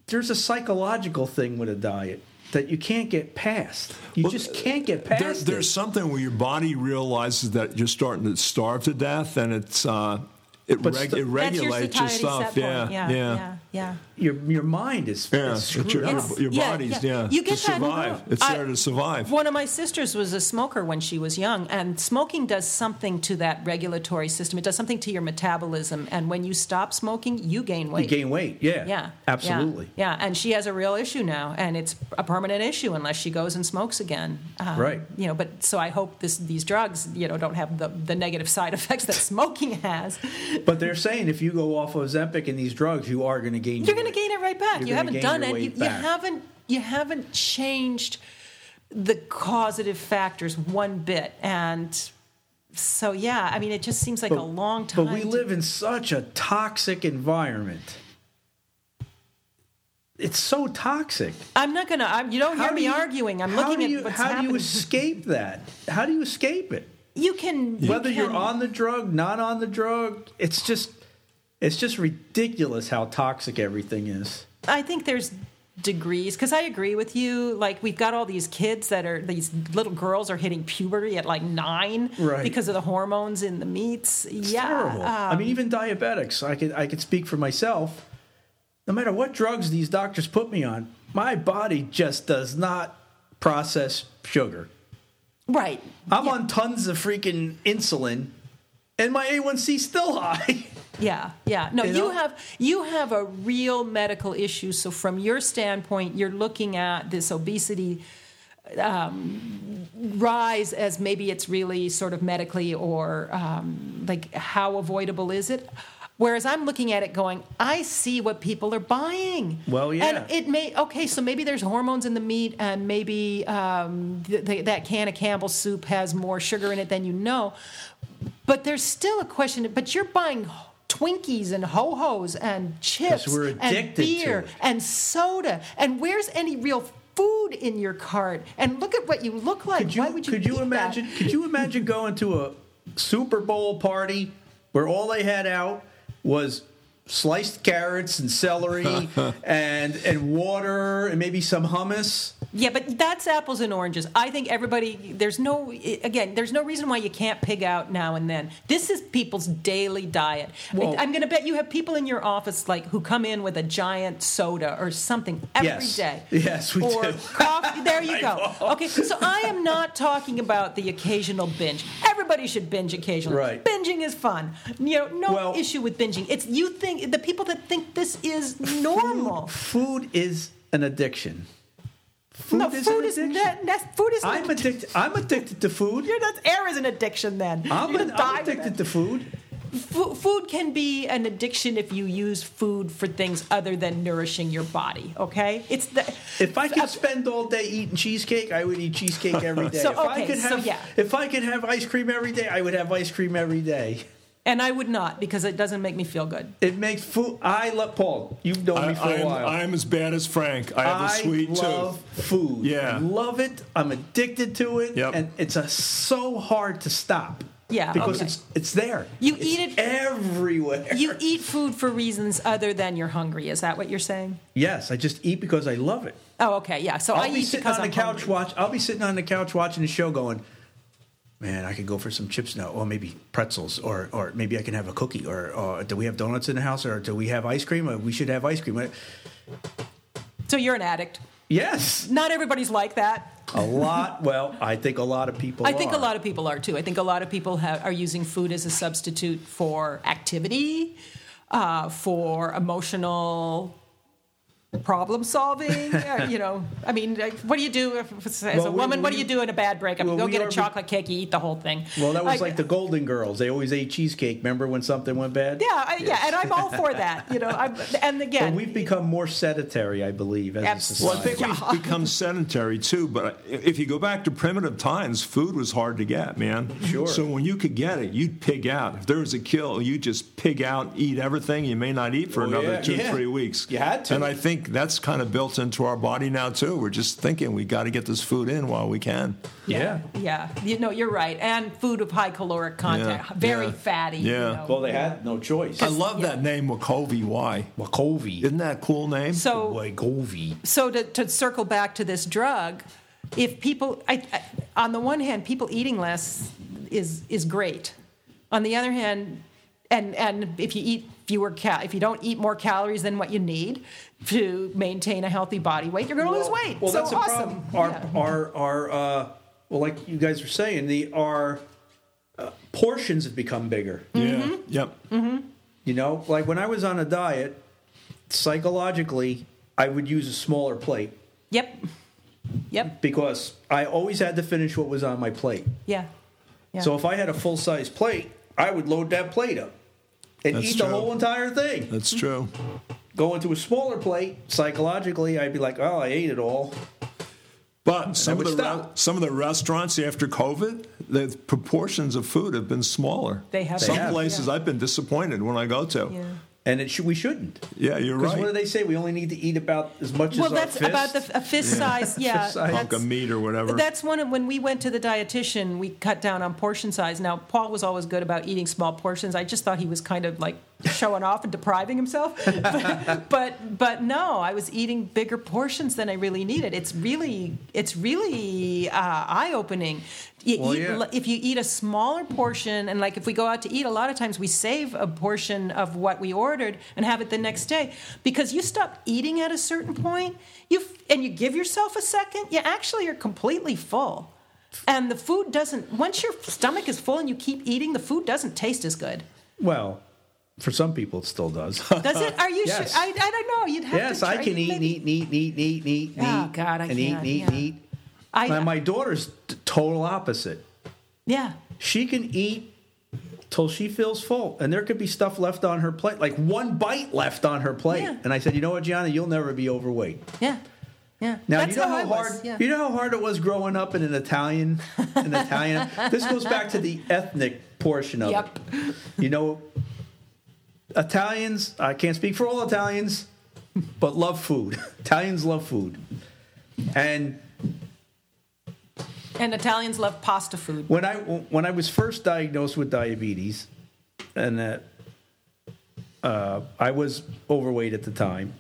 Speaker 1: There's a psychological thing with a diet that you can't get past. You
Speaker 2: Well, uh,
Speaker 1: just can't get past
Speaker 2: There,
Speaker 1: it.
Speaker 2: there's something where your body realizes that you're starting to starve to death, and it's uh, it,
Speaker 1: But
Speaker 2: reg-
Speaker 1: st-
Speaker 2: it
Speaker 3: that's your
Speaker 2: regulates your,
Speaker 3: satiety
Speaker 2: stuff.
Speaker 3: set point.
Speaker 2: yeah,
Speaker 3: yeah, yeah, yeah.
Speaker 1: your your mind is,
Speaker 2: Yeah,
Speaker 1: is
Speaker 2: it's
Speaker 1: screwed
Speaker 2: your,
Speaker 1: up.
Speaker 2: your, your
Speaker 3: Yeah,
Speaker 2: body's
Speaker 3: yeah.
Speaker 2: yeah.
Speaker 3: You
Speaker 2: to
Speaker 3: get that in the
Speaker 2: survive.
Speaker 3: world.
Speaker 2: It's
Speaker 3: I-
Speaker 2: there to survive.
Speaker 3: One of my sisters was a smoker when she was young, and smoking does something to that regulatory system. It does something to your metabolism, and when you stop smoking, you gain weight.
Speaker 1: You gain weight. Yeah.
Speaker 3: Yeah. yeah,
Speaker 1: Absolutely.
Speaker 3: Yeah, and she has a real issue now, and it's a permanent issue unless she goes and smokes again. Um,
Speaker 1: Right.
Speaker 3: You know, but so I hope this these drugs, you know, don't have the, the negative side effects that smoking has.
Speaker 1: But they're saying if you go off of Ozempic and these drugs, you are going to gain. your
Speaker 3: You're going to
Speaker 1: weight.
Speaker 3: gain it right back.
Speaker 1: You're
Speaker 3: you
Speaker 1: gonna
Speaker 3: haven't
Speaker 1: gain
Speaker 3: done
Speaker 1: your
Speaker 3: it. You,
Speaker 1: weight
Speaker 3: you
Speaker 1: back.
Speaker 3: haven't you haven't changed the causative factors one bit, and so yeah, I mean, it just seems like a long time.
Speaker 1: But we
Speaker 3: to-
Speaker 1: live in such a toxic environment. It's so toxic.
Speaker 3: I'm not gonna. I'm, you don't
Speaker 1: How
Speaker 3: hear
Speaker 1: do
Speaker 3: me
Speaker 1: you-
Speaker 3: arguing. I'm
Speaker 1: how
Speaker 3: looking
Speaker 1: do
Speaker 3: at
Speaker 1: you,
Speaker 3: what's
Speaker 1: How
Speaker 3: happening.
Speaker 1: do you escape that? How do you escape it?
Speaker 3: You can
Speaker 1: Whether you're
Speaker 3: can-
Speaker 1: on the drug, not on the drug, it's just it's just ridiculous how toxic everything is.
Speaker 3: I think there's degrees because I agree with you. Like we've got all these kids that are these little girls are hitting puberty at like nine
Speaker 1: Right.
Speaker 3: because of the hormones in the meats.
Speaker 1: It's
Speaker 3: yeah,
Speaker 1: terrible. I
Speaker 3: um,
Speaker 1: mean, even diabetics. I could I could speak for myself. No matter what drugs these doctors put me on, my body just does not processed sugar.
Speaker 3: Right.
Speaker 1: I'm on tons of freaking insulin, and my A1C's still high.
Speaker 3: Yeah, yeah. No,
Speaker 1: You
Speaker 3: you,
Speaker 1: know?
Speaker 3: have you have a real medical issue. So from your standpoint, you're looking at this obesity um, rise as maybe it's really sort of medically or um, like how avoidable is it? Whereas I'm looking at it going, I see what people are buying.
Speaker 1: Well, yeah.
Speaker 3: And it may okay, so maybe there's hormones in the meat, and maybe um, th- th- that can of Campbell's soup has more sugar in it than you know. But there's still a question. But you're buying Twinkies and ho hos and chips
Speaker 1: we're
Speaker 3: and
Speaker 1: addicted to
Speaker 3: beer
Speaker 1: it.
Speaker 3: and soda. And where's any real food in your cart? And look at what you look like.
Speaker 1: Could you,
Speaker 3: Why would you?
Speaker 1: could you
Speaker 3: eat that?
Speaker 1: imagine? Could you imagine going to a Super Bowl party where all they had out was sliced carrots and celery and and water and maybe some hummus?
Speaker 3: Yeah, but that's apples and oranges. I think everybody there's no again there's no reason why you can't pig out now and then. This is people's daily diet.
Speaker 1: Well-
Speaker 3: I'm going to bet you have people in your office like who come in with a giant soda or something every
Speaker 1: Yes.
Speaker 3: day.
Speaker 1: Yes, we
Speaker 3: or
Speaker 1: do.
Speaker 3: coffee. There you go.
Speaker 1: know.
Speaker 3: Okay, so I am not talking about the occasional binge. Everybody should binge occasionally.
Speaker 1: Right.
Speaker 3: Binging is fun. You know, no
Speaker 1: Well-
Speaker 3: issue with binging. It's you think the people that think this is normal.
Speaker 1: Food is an addiction. Food
Speaker 3: no, food is, that, food is
Speaker 1: I'm addicted. I'm addicted to food.
Speaker 3: You're not, air is an addiction then.
Speaker 1: I'm,
Speaker 3: You're
Speaker 1: an,
Speaker 3: gonna die
Speaker 1: I'm
Speaker 3: with
Speaker 1: addicted
Speaker 3: it.
Speaker 1: to food.
Speaker 3: Fu- food can be an addiction if you use food for things other than nourishing your body, okay? It's the
Speaker 1: If I
Speaker 3: uh,
Speaker 1: could spend all day eating cheesecake, I would eat cheesecake every day.
Speaker 3: So,
Speaker 1: if I
Speaker 3: okay,
Speaker 1: could
Speaker 3: so
Speaker 1: have,
Speaker 3: yeah.
Speaker 1: if I could have ice cream every day, I would have ice cream every day.
Speaker 3: and I would not because it doesn't make me feel good.
Speaker 1: It makes food. I love Paul. You've known me for
Speaker 2: I,
Speaker 1: a
Speaker 2: am,
Speaker 1: while.
Speaker 2: I'm as bad as Frank. I have a
Speaker 1: I
Speaker 2: sweet
Speaker 1: love
Speaker 2: tooth.
Speaker 1: food.
Speaker 2: Yeah.
Speaker 1: I love it. I'm addicted to it,
Speaker 2: Yep.
Speaker 1: and it's a, so hard to stop.
Speaker 3: Yeah,
Speaker 1: because
Speaker 3: okay.
Speaker 1: it's it's there.
Speaker 3: You
Speaker 1: It's
Speaker 3: eat it-
Speaker 1: everywhere.
Speaker 3: You eat food for reasons other than you're hungry. Is that what you're saying?
Speaker 1: yes, I just eat because I love it.
Speaker 3: Oh, okay, yeah. So
Speaker 1: I'll
Speaker 3: I
Speaker 1: be
Speaker 3: eat
Speaker 1: sitting
Speaker 3: because
Speaker 1: on the
Speaker 3: I'm
Speaker 1: couch
Speaker 3: hungry.
Speaker 1: watch. I'll be sitting on the couch watching the show, going, "Man, I could go for some chips now, or maybe pretzels, or or maybe I can have a cookie, or, or do we have donuts in the house, or do we have ice cream? Or we should have ice cream."
Speaker 3: So you're an addict.
Speaker 1: Yes,
Speaker 3: Not everybody's like that.
Speaker 1: a lot. Well, I think a lot of people.
Speaker 3: I think a
Speaker 1: are.
Speaker 3: lot of people are too. I think a lot of people have, are using food as a substitute for activity, uh, for emotional problem solving. uh, you know, I mean, like, what do you do if, as a
Speaker 1: Well, we-
Speaker 3: woman? what do
Speaker 1: we-
Speaker 3: you do in a bad breakup?
Speaker 1: well,
Speaker 3: you go
Speaker 1: we
Speaker 3: get
Speaker 1: are-
Speaker 3: a chocolate cake, you eat the whole thing.
Speaker 1: Well, that was like, the Golden Girls. They always ate cheesecake. Remember when something went bad?
Speaker 3: yeah, I, yeah, and I'm all for that. You know, I'm, and again,
Speaker 1: But we've become more sedentary, I believe, as a
Speaker 3: Abs-
Speaker 1: society.
Speaker 2: Well, I think we've become sedentary too, but if you go back to primitive times, food was hard to get, man.
Speaker 1: Sure.
Speaker 2: So when you could get it, you'd pig out. If there was a kill, you just pig out, eat everything. You may not eat for
Speaker 1: Oh,
Speaker 2: another
Speaker 1: yeah,
Speaker 2: two,
Speaker 1: yeah.
Speaker 2: three weeks.
Speaker 1: You had to.
Speaker 2: And I think that's kind of built into our body now too. We're just thinking we got to get this food in while we can.
Speaker 1: yeah.
Speaker 3: yeah, you know, you're right. And food of high caloric content,
Speaker 2: Yeah,
Speaker 3: very
Speaker 2: yeah,
Speaker 3: fatty. you
Speaker 2: yeah.
Speaker 3: know.
Speaker 1: Well, they had no choice.
Speaker 2: I love that name, Wachovie. Why?
Speaker 1: Wachovie.
Speaker 2: Isn't that a cool name?
Speaker 3: so
Speaker 1: Wachovie.
Speaker 3: so to, to circle back to this drug, if people, I, I, on the one hand, people eating less is is great. On the other hand, and and if you eat fewer cal, if you don't eat more calories than what you need to maintain a healthy body weight, you're going to lose weight.
Speaker 1: Well,
Speaker 3: so
Speaker 1: that's a
Speaker 3: awesome.
Speaker 1: problem.
Speaker 3: Yeah.
Speaker 1: Our, our, our, uh, well, like you guys were saying, the our uh, portions have become bigger.
Speaker 2: yeah. Yep.
Speaker 1: You know, like when I was on a diet, psychologically, I would use a smaller plate
Speaker 3: yep. Yep.
Speaker 1: because I always had to finish what was on my plate.
Speaker 3: Yeah. Yeah.
Speaker 1: So if I had a full size plate, I would load that plate up and
Speaker 2: That's
Speaker 1: eat the
Speaker 2: true.
Speaker 1: whole entire thing.
Speaker 2: That's true.
Speaker 1: Go into a smaller plate, psychologically, I'd be like, oh, I ate it all.
Speaker 2: But some of
Speaker 1: would
Speaker 2: the re-
Speaker 1: stop.
Speaker 2: some of the restaurants after COVID, the proportions of food have been smaller.
Speaker 3: They have.
Speaker 2: Some
Speaker 1: have.
Speaker 2: places
Speaker 3: Yeah.
Speaker 2: I've been disappointed when I go to.
Speaker 3: Yeah.
Speaker 1: And it should, we shouldn't.
Speaker 2: Yeah, you're
Speaker 1: Because
Speaker 2: right.
Speaker 1: what do they say? We only need to eat about as much
Speaker 3: Well,
Speaker 1: as
Speaker 3: that's
Speaker 1: our fist.
Speaker 3: about the a fist size. Yeah,
Speaker 1: Fist size.
Speaker 2: Hunk
Speaker 3: that's-
Speaker 2: of meat or whatever.
Speaker 3: That's one of when we went to the dietitian, we cut down on portion size. Now, Paul was always good about eating small portions. I just thought he was kind of like showing off and depriving himself. but, but but no, I was eating bigger portions than I really needed. It's really it's really uh, eye opening.
Speaker 1: Well, yeah.
Speaker 3: If you eat a smaller portion, and like if we go out to eat, a lot of times we save a portion of what we ordered and have it the next day because you stop eating at a certain point. You f- and you give yourself a second. You actually are completely full. And the food doesn't, once your stomach is full and you keep eating, the food doesn't taste as good.
Speaker 1: Well, for some people, it still does.
Speaker 3: Does it? Are you
Speaker 1: Uh, Yes.
Speaker 3: sure? I, I don't know. You'd have
Speaker 1: yes,
Speaker 3: to try.
Speaker 1: I can eat and eat and eat and eat and eat and eat. and
Speaker 3: Oh,
Speaker 1: eat,
Speaker 3: God, I
Speaker 1: and eat
Speaker 3: can't,
Speaker 1: and eat
Speaker 3: yeah.
Speaker 1: and eat.
Speaker 3: I-
Speaker 1: Now, my daughter's t- total opposite.
Speaker 3: Yeah.
Speaker 1: She can eat till she feels full, and there could be stuff left on her plate, like one bite left on her plate.
Speaker 3: Yeah.
Speaker 1: And I said, you know what, Gianna, you'll never be overweight.
Speaker 3: Yeah. Yeah.
Speaker 1: Now
Speaker 3: That's
Speaker 1: you know how,
Speaker 3: how, I
Speaker 1: hard
Speaker 3: was. Yeah.
Speaker 1: you know how hard it was growing up in an Italian an Italian. this goes back to the ethnic portion of
Speaker 3: Yep.
Speaker 1: it. You know, Italians. I can't speak for all Italians, but love food. Italians love food, and
Speaker 3: and Italians love pasta food.
Speaker 1: when I when I was first diagnosed with diabetes, and that uh, I was overweight at the time,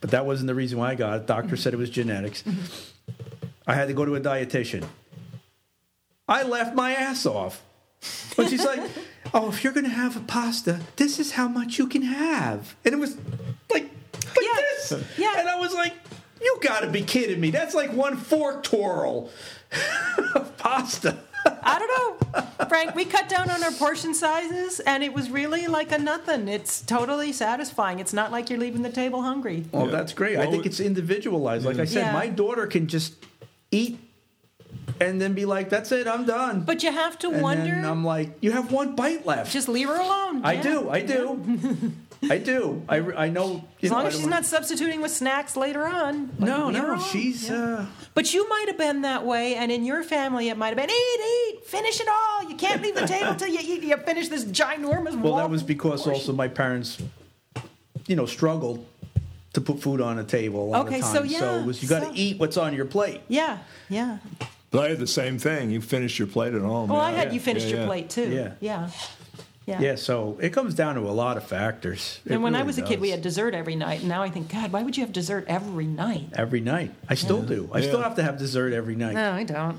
Speaker 1: but that wasn't the reason why I got it. Doctor said it was genetics. I had to go to a dietitian. I laughed my ass off. But she's like, "Oh, if you're gonna have a pasta, this is how much you can have," and it was like like
Speaker 3: Yeah.
Speaker 1: this,
Speaker 3: Yeah.
Speaker 1: and I was like. You gotta be kidding me. That's like one fork twirl of pasta.
Speaker 3: I don't know. Frank, we cut down on our portion sizes and it was really like a nothing. It's totally satisfying. It's not like you're leaving the table hungry.
Speaker 1: Well,
Speaker 2: Yeah.
Speaker 1: that's great. I
Speaker 2: Well,
Speaker 1: think
Speaker 2: we-
Speaker 1: it's individualized. Like I said,
Speaker 3: Yeah.
Speaker 1: my daughter can just eat and then be like, "That's it, I'm done."
Speaker 3: But you have to
Speaker 1: and
Speaker 3: wonder
Speaker 1: then I'm like, "You have one bite left."
Speaker 3: just leave her alone.
Speaker 1: I
Speaker 3: Yeah.
Speaker 1: do, I do, I do. I, re- I know. you
Speaker 3: As
Speaker 1: know,
Speaker 3: long
Speaker 1: I
Speaker 3: as
Speaker 1: don't
Speaker 3: she's
Speaker 1: wanna-
Speaker 3: not substituting with snacks later on. like,
Speaker 1: No,
Speaker 3: leave her
Speaker 1: no,
Speaker 3: alone.
Speaker 1: she's.
Speaker 3: Yeah.
Speaker 1: Uh,
Speaker 3: But you might have been that way, and in your family, it might have been eat, eat, finish it all. You can't leave the table till you eat. You finish this ginormous.
Speaker 1: well, that was because also my parents, you know, struggled to put food on a table. A lot
Speaker 3: Okay,
Speaker 1: of
Speaker 3: so
Speaker 1: times.
Speaker 3: yeah,
Speaker 1: it was you got to
Speaker 3: so-
Speaker 1: eat what's on your plate.
Speaker 3: Yeah, yeah.
Speaker 2: But I had the same thing. You finished your plate at home.
Speaker 3: Well, Oh, I
Speaker 2: yeah.
Speaker 3: had you finished
Speaker 2: Yeah,
Speaker 3: your
Speaker 2: yeah.
Speaker 3: plate too.
Speaker 1: Yeah.
Speaker 3: yeah, yeah.
Speaker 1: Yeah, so it comes down to a lot of factors. It
Speaker 3: And when I
Speaker 1: really
Speaker 3: was a kid, we
Speaker 1: does.
Speaker 3: had dessert every night. And now I think, God, why would you have dessert every night?
Speaker 1: every night. I still do. I still
Speaker 2: Yeah.
Speaker 1: have to have dessert every night.
Speaker 3: No, I don't.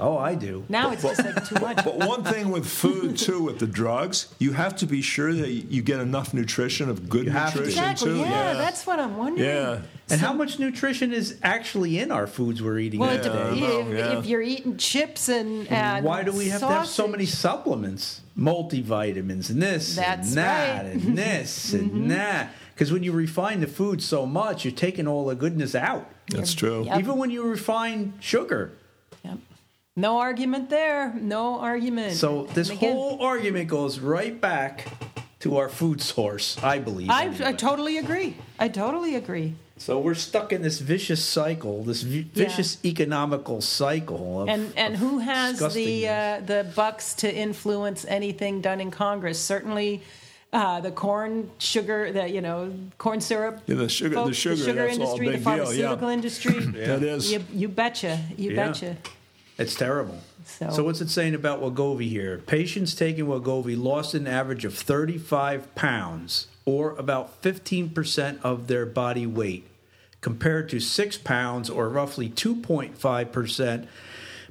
Speaker 1: Oh, I do.
Speaker 3: Now it's just like too much.
Speaker 2: But one thing with food too, with the drugs, you have to be sure that you get enough nutrition of good
Speaker 1: You have to.
Speaker 2: nutrition
Speaker 3: Exactly.
Speaker 2: too.
Speaker 3: Yeah, that's what I'm wondering.
Speaker 2: yeah.
Speaker 1: And how much nutrition is actually in our foods we're eating
Speaker 3: Well, it
Speaker 1: today?
Speaker 3: depends.
Speaker 2: Yeah, I
Speaker 3: if,
Speaker 2: know, yeah.
Speaker 3: if you're eating chips and, and
Speaker 1: Why do we have to have so
Speaker 3: sausage-
Speaker 1: many supplements? Multivitamins and this
Speaker 3: That's
Speaker 1: and that
Speaker 3: right. Mm-hmm.
Speaker 1: and this and that. Because when you refine the food so much, you're taking all the goodness out.
Speaker 2: That's true.
Speaker 3: Yep.
Speaker 1: Even when you refine sugar.
Speaker 3: Yep. No argument there. No argument.
Speaker 1: So this
Speaker 3: And again,
Speaker 1: whole argument goes right back to our food source, I believe.
Speaker 3: I,
Speaker 1: anyway.
Speaker 3: I totally agree. I totally agree.
Speaker 1: so we're stuck in this vicious cycle, this vi- vicious economical cycle of
Speaker 3: And and who has the
Speaker 1: disgustingness.
Speaker 3: uh, the bucks to influence anything done in Congress? Certainly, uh, the corn sugar, the you know corn syrup,
Speaker 2: Yeah, the sugar- the
Speaker 3: folks,
Speaker 2: sugar, that's all a
Speaker 3: industry, the
Speaker 2: big deal, yeah.
Speaker 3: pharmaceutical industry.
Speaker 2: That is.
Speaker 3: You, you betcha. You
Speaker 1: Yeah.
Speaker 3: betcha.
Speaker 1: It's terrible.
Speaker 3: So-
Speaker 1: So, what's it saying about Wagovi here? Patients taking Wagovi lost an average of 35 pounds, or about 15% of their body weight, compared to 6 pounds, or roughly 2.5%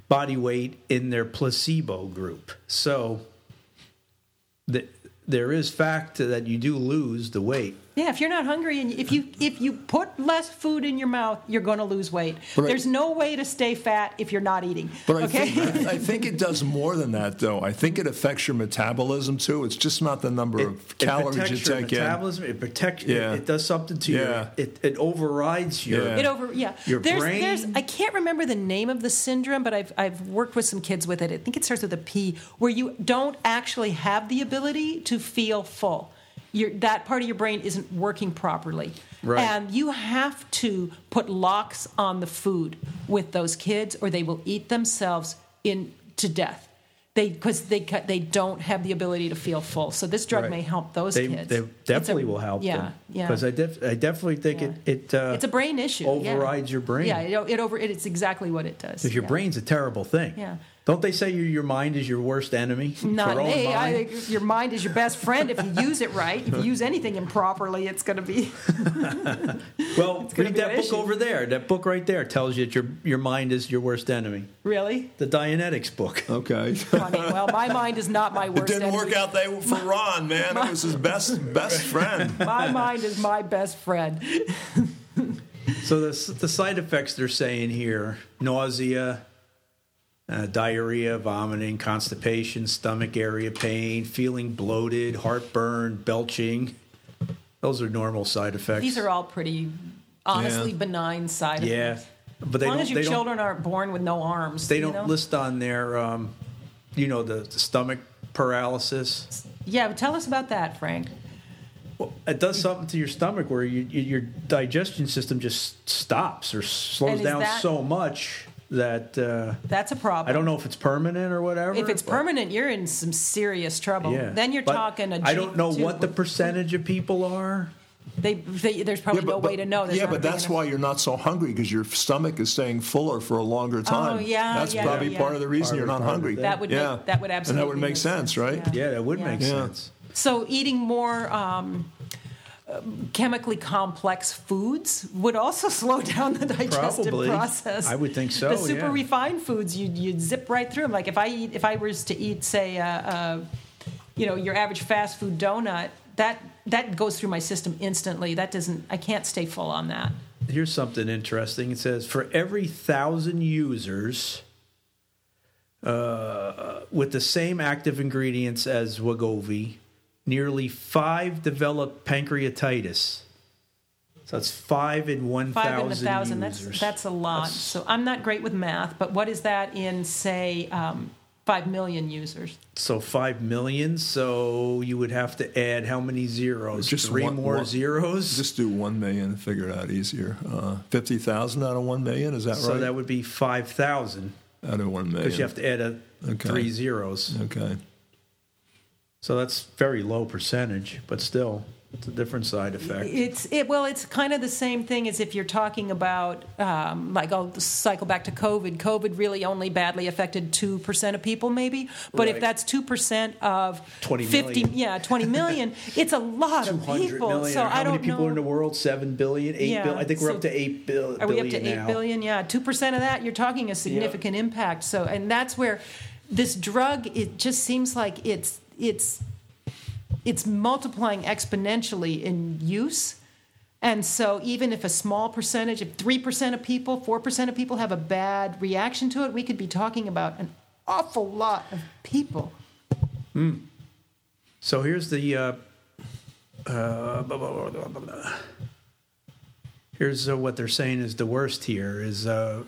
Speaker 1: body weight in their placebo group. So th- there is fact that you do lose the weight.
Speaker 3: Yeah, if you're not hungry and if you if you put less food in your mouth, you're going to lose weight.
Speaker 2: But I-
Speaker 3: There's no way to stay fat if you're not eating.
Speaker 2: But I,
Speaker 3: okay.
Speaker 2: think, I think it does more than that, though. I think it affects your metabolism too. It's just not the number of calories you
Speaker 1: protects your
Speaker 2: take in.
Speaker 1: metabolism. It protects.
Speaker 2: Yeah.
Speaker 1: It, it does something to
Speaker 2: Yeah.
Speaker 1: you. It, it overrides your.
Speaker 2: Yeah.
Speaker 3: It over yeah.
Speaker 1: Your
Speaker 3: there's
Speaker 1: brain-
Speaker 3: there's I can't remember the name of the syndrome, but I've I've worked with some kids with it. I think it starts with a P, where you don't actually have the ability to feel full. Your that part of your brain isn't working properly.
Speaker 1: Right.
Speaker 3: And you have to put locks on the food with those kids or they will eat themselves in to death. They because they ca- they don't have the ability to feel full. So this drug
Speaker 1: Right.
Speaker 3: may help those
Speaker 1: they,
Speaker 3: kids.
Speaker 1: They
Speaker 3: It's a-
Speaker 1: definitely will help.
Speaker 3: Yeah,
Speaker 1: them.
Speaker 3: yeah.
Speaker 1: Because I, def- I definitely think
Speaker 3: Yeah.
Speaker 1: it it uh,
Speaker 3: it's a brain issue. yeah.
Speaker 1: overrides your brain.
Speaker 3: Yeah, it, it over. It's exactly what it does.
Speaker 1: Because your
Speaker 3: yeah.
Speaker 1: brain's a terrible thing.
Speaker 3: Yeah.
Speaker 1: Don't they say your, your mind is your worst enemy?
Speaker 3: Not
Speaker 1: Your own
Speaker 3: me. I,
Speaker 1: mind?
Speaker 3: think your mind is your best friend if you use it right. If you use anything improperly, it's going to be.
Speaker 1: well,
Speaker 3: gonna
Speaker 1: read
Speaker 3: be an
Speaker 1: that book
Speaker 3: issue.
Speaker 1: over there. That book right there tells you that your your mind is your worst enemy.
Speaker 3: Really?
Speaker 1: The Dianetics book.
Speaker 2: Okay.
Speaker 3: Funny. Well, my mind is not my
Speaker 2: It
Speaker 3: worst
Speaker 2: didn't
Speaker 3: enemy.
Speaker 2: work out that for Ron, man. It was his best best friend.
Speaker 3: My mind is my best friend.
Speaker 1: So the s- the side effects they're saying here: nausea, uh, diarrhea, vomiting, constipation, stomach area pain, feeling bloated, heartburn, belching. Those are normal side effects.
Speaker 3: These are all pretty, honestly,
Speaker 2: Yeah.
Speaker 3: benign side
Speaker 1: yeah,
Speaker 3: effects.
Speaker 1: but they
Speaker 3: As long
Speaker 1: don't.
Speaker 3: as your
Speaker 1: they don't-
Speaker 3: children aren't born with no arms.
Speaker 1: They
Speaker 3: you
Speaker 1: don't
Speaker 3: know?
Speaker 1: list on their, um, you know, the, the stomach paralysis.
Speaker 3: Yeah, tell us about that, Frank.
Speaker 1: Well, it does something to your stomach where you, you, your digestion system just stops or
Speaker 3: And
Speaker 1: slows
Speaker 3: is
Speaker 1: down
Speaker 3: that-
Speaker 1: so much that uh,
Speaker 3: That's a problem.
Speaker 1: I don't know if it's permanent or whatever.
Speaker 3: If it's
Speaker 1: but-
Speaker 3: permanent, you're in some serious trouble.
Speaker 1: Yeah.
Speaker 3: Then you're
Speaker 1: But
Speaker 3: talking. I
Speaker 1: I don't know what the percentage of people are.
Speaker 3: They, they, there's probably no way to know. There's
Speaker 2: yeah,
Speaker 3: not a
Speaker 2: but
Speaker 3: big
Speaker 2: that's
Speaker 3: enough-
Speaker 2: why you're not so hungry because your stomach is staying fuller for a longer time.
Speaker 3: Oh, yeah,
Speaker 2: that's
Speaker 3: yeah,
Speaker 2: probably
Speaker 3: yeah.
Speaker 2: part of the reason you're not
Speaker 1: Part of
Speaker 2: hungry.
Speaker 1: it.
Speaker 3: That would
Speaker 2: yeah.
Speaker 3: make, that would absolutely
Speaker 2: and that would make sense, right?
Speaker 1: Yeah, that would
Speaker 3: Yeah.
Speaker 1: make
Speaker 2: Yeah.
Speaker 1: sense.
Speaker 3: So eating more um, uh, chemically complex foods would also slow down the digestive
Speaker 1: Probably.
Speaker 3: process.
Speaker 1: I would think so,
Speaker 3: The super
Speaker 1: yeah.
Speaker 3: refined foods, you'd, you'd zip right through them. Like if I eat, if I was to eat, say, uh, uh, you know, your average fast food donut, that that goes through my system instantly. That doesn't. I can't stay full on that.
Speaker 1: Here's something interesting. It says for every thousand users uh, with the same active ingredients as Wagovi, nearly five develop pancreatitis. So that's five in one
Speaker 3: Five in a
Speaker 1: thousand
Speaker 3: thousand. That's
Speaker 1: users.
Speaker 3: that's a lot. so I'm not great with math, but what is that in say um, five million users?
Speaker 1: so five million. So you would have to add how many zeros?
Speaker 2: Just
Speaker 1: three
Speaker 2: one-
Speaker 1: more
Speaker 2: one-
Speaker 1: zeros.
Speaker 2: Just do one million, and figure it out easier. Uh, Fifty thousand out of one million, is that
Speaker 1: so
Speaker 2: right?
Speaker 1: that would be five thousand
Speaker 2: out of one million.
Speaker 1: because you have to add a
Speaker 2: Okay.
Speaker 1: three zeros.
Speaker 2: okay.
Speaker 1: So that's very low percentage, but still, it's a different side effect.
Speaker 3: It's it well, it's kind of the same thing as if you're talking about um, like I'll cycle back to COVID. COVID really only badly affected two percent of people, maybe. But if
Speaker 1: Right.
Speaker 3: that's two percent of
Speaker 1: 20
Speaker 3: 50,
Speaker 1: million.
Speaker 3: yeah, twenty million, it's a lot of
Speaker 1: 200
Speaker 3: people.
Speaker 1: million,
Speaker 3: so
Speaker 1: or how
Speaker 3: I don't
Speaker 1: many people
Speaker 3: know.
Speaker 1: are in the world? Seven billion, eight billion.
Speaker 3: Yeah,
Speaker 1: I think we're up
Speaker 3: so
Speaker 1: to eight bil-
Speaker 3: Are we
Speaker 1: billion
Speaker 3: up to eight billion?
Speaker 1: now.
Speaker 3: Yeah, two percent of that. You're talking a significant impact. So, and that's where this drug. It just seems like it's it's it's multiplying exponentially in use. And so, even if a small percentage, if three percent of people, four percent of people have a bad reaction to it, we could be talking about an awful lot of people.
Speaker 1: So here's the. Uh, uh, blah, blah, blah, blah, blah. Here's uh, what they're saying is the worst here is uh,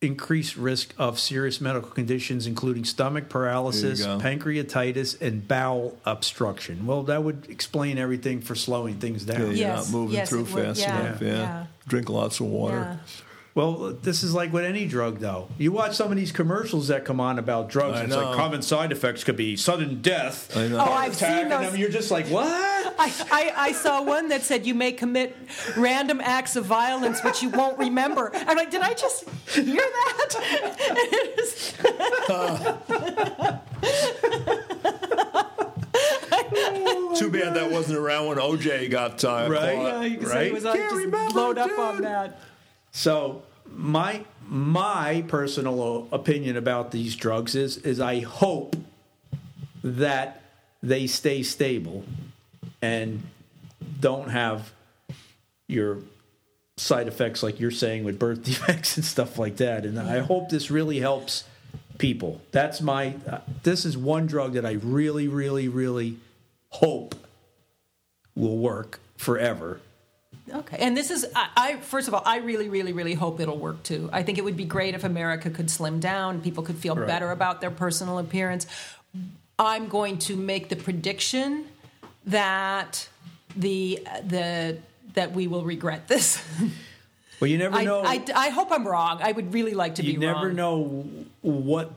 Speaker 1: increased risk of serious medical conditions, including stomach paralysis,
Speaker 2: go.
Speaker 1: pancreatitis, and bowel obstruction. Well, that would explain everything for slowing things down.
Speaker 2: You're
Speaker 3: Yes,
Speaker 2: not moving
Speaker 3: yes,
Speaker 2: through
Speaker 3: it would-
Speaker 2: fast
Speaker 3: yeah,
Speaker 2: enough. Yeah.
Speaker 3: yeah.
Speaker 2: Drink lots of water.
Speaker 1: Well, this is like with any drug, though. You watch some of these commercials that come on about drugs.
Speaker 2: I
Speaker 1: and It's
Speaker 2: know.
Speaker 1: like common side effects could be sudden death,
Speaker 2: I know.
Speaker 1: heart
Speaker 3: Oh, I've
Speaker 1: attack,
Speaker 3: seen
Speaker 1: and
Speaker 3: those-
Speaker 1: I mean, you're just like, what?
Speaker 3: I, I, I saw one that said you may commit random acts of violence which you won't remember. I'm like, did I just hear that? It is-
Speaker 2: Too bad that wasn't around when OJ got uh,
Speaker 1: Right,
Speaker 2: caught.
Speaker 1: right.
Speaker 3: so it was like
Speaker 2: Can't
Speaker 3: just
Speaker 2: remember,
Speaker 3: load up on
Speaker 2: dude.
Speaker 3: that.
Speaker 1: So my my personal o- opinion about these drugs is is I hope that they stay stable and don't have your side effects like you're saying with birth defects and stuff like that and I hope this really helps people. That's my uh, this is one drug that I really really really hope will work forever.
Speaker 3: Okay. And this is, I, I first of all, I really, really, really hope it'll work too. I think it would be great if America could slim down, people could feel
Speaker 1: Right.
Speaker 3: better about their personal appearance. I'm going to make the prediction that the the that we will regret this.
Speaker 1: Well, you never
Speaker 3: I,
Speaker 1: know.
Speaker 3: I, I hope I'm wrong. I would really like to
Speaker 1: you
Speaker 3: be
Speaker 1: never
Speaker 3: wrong.
Speaker 1: know what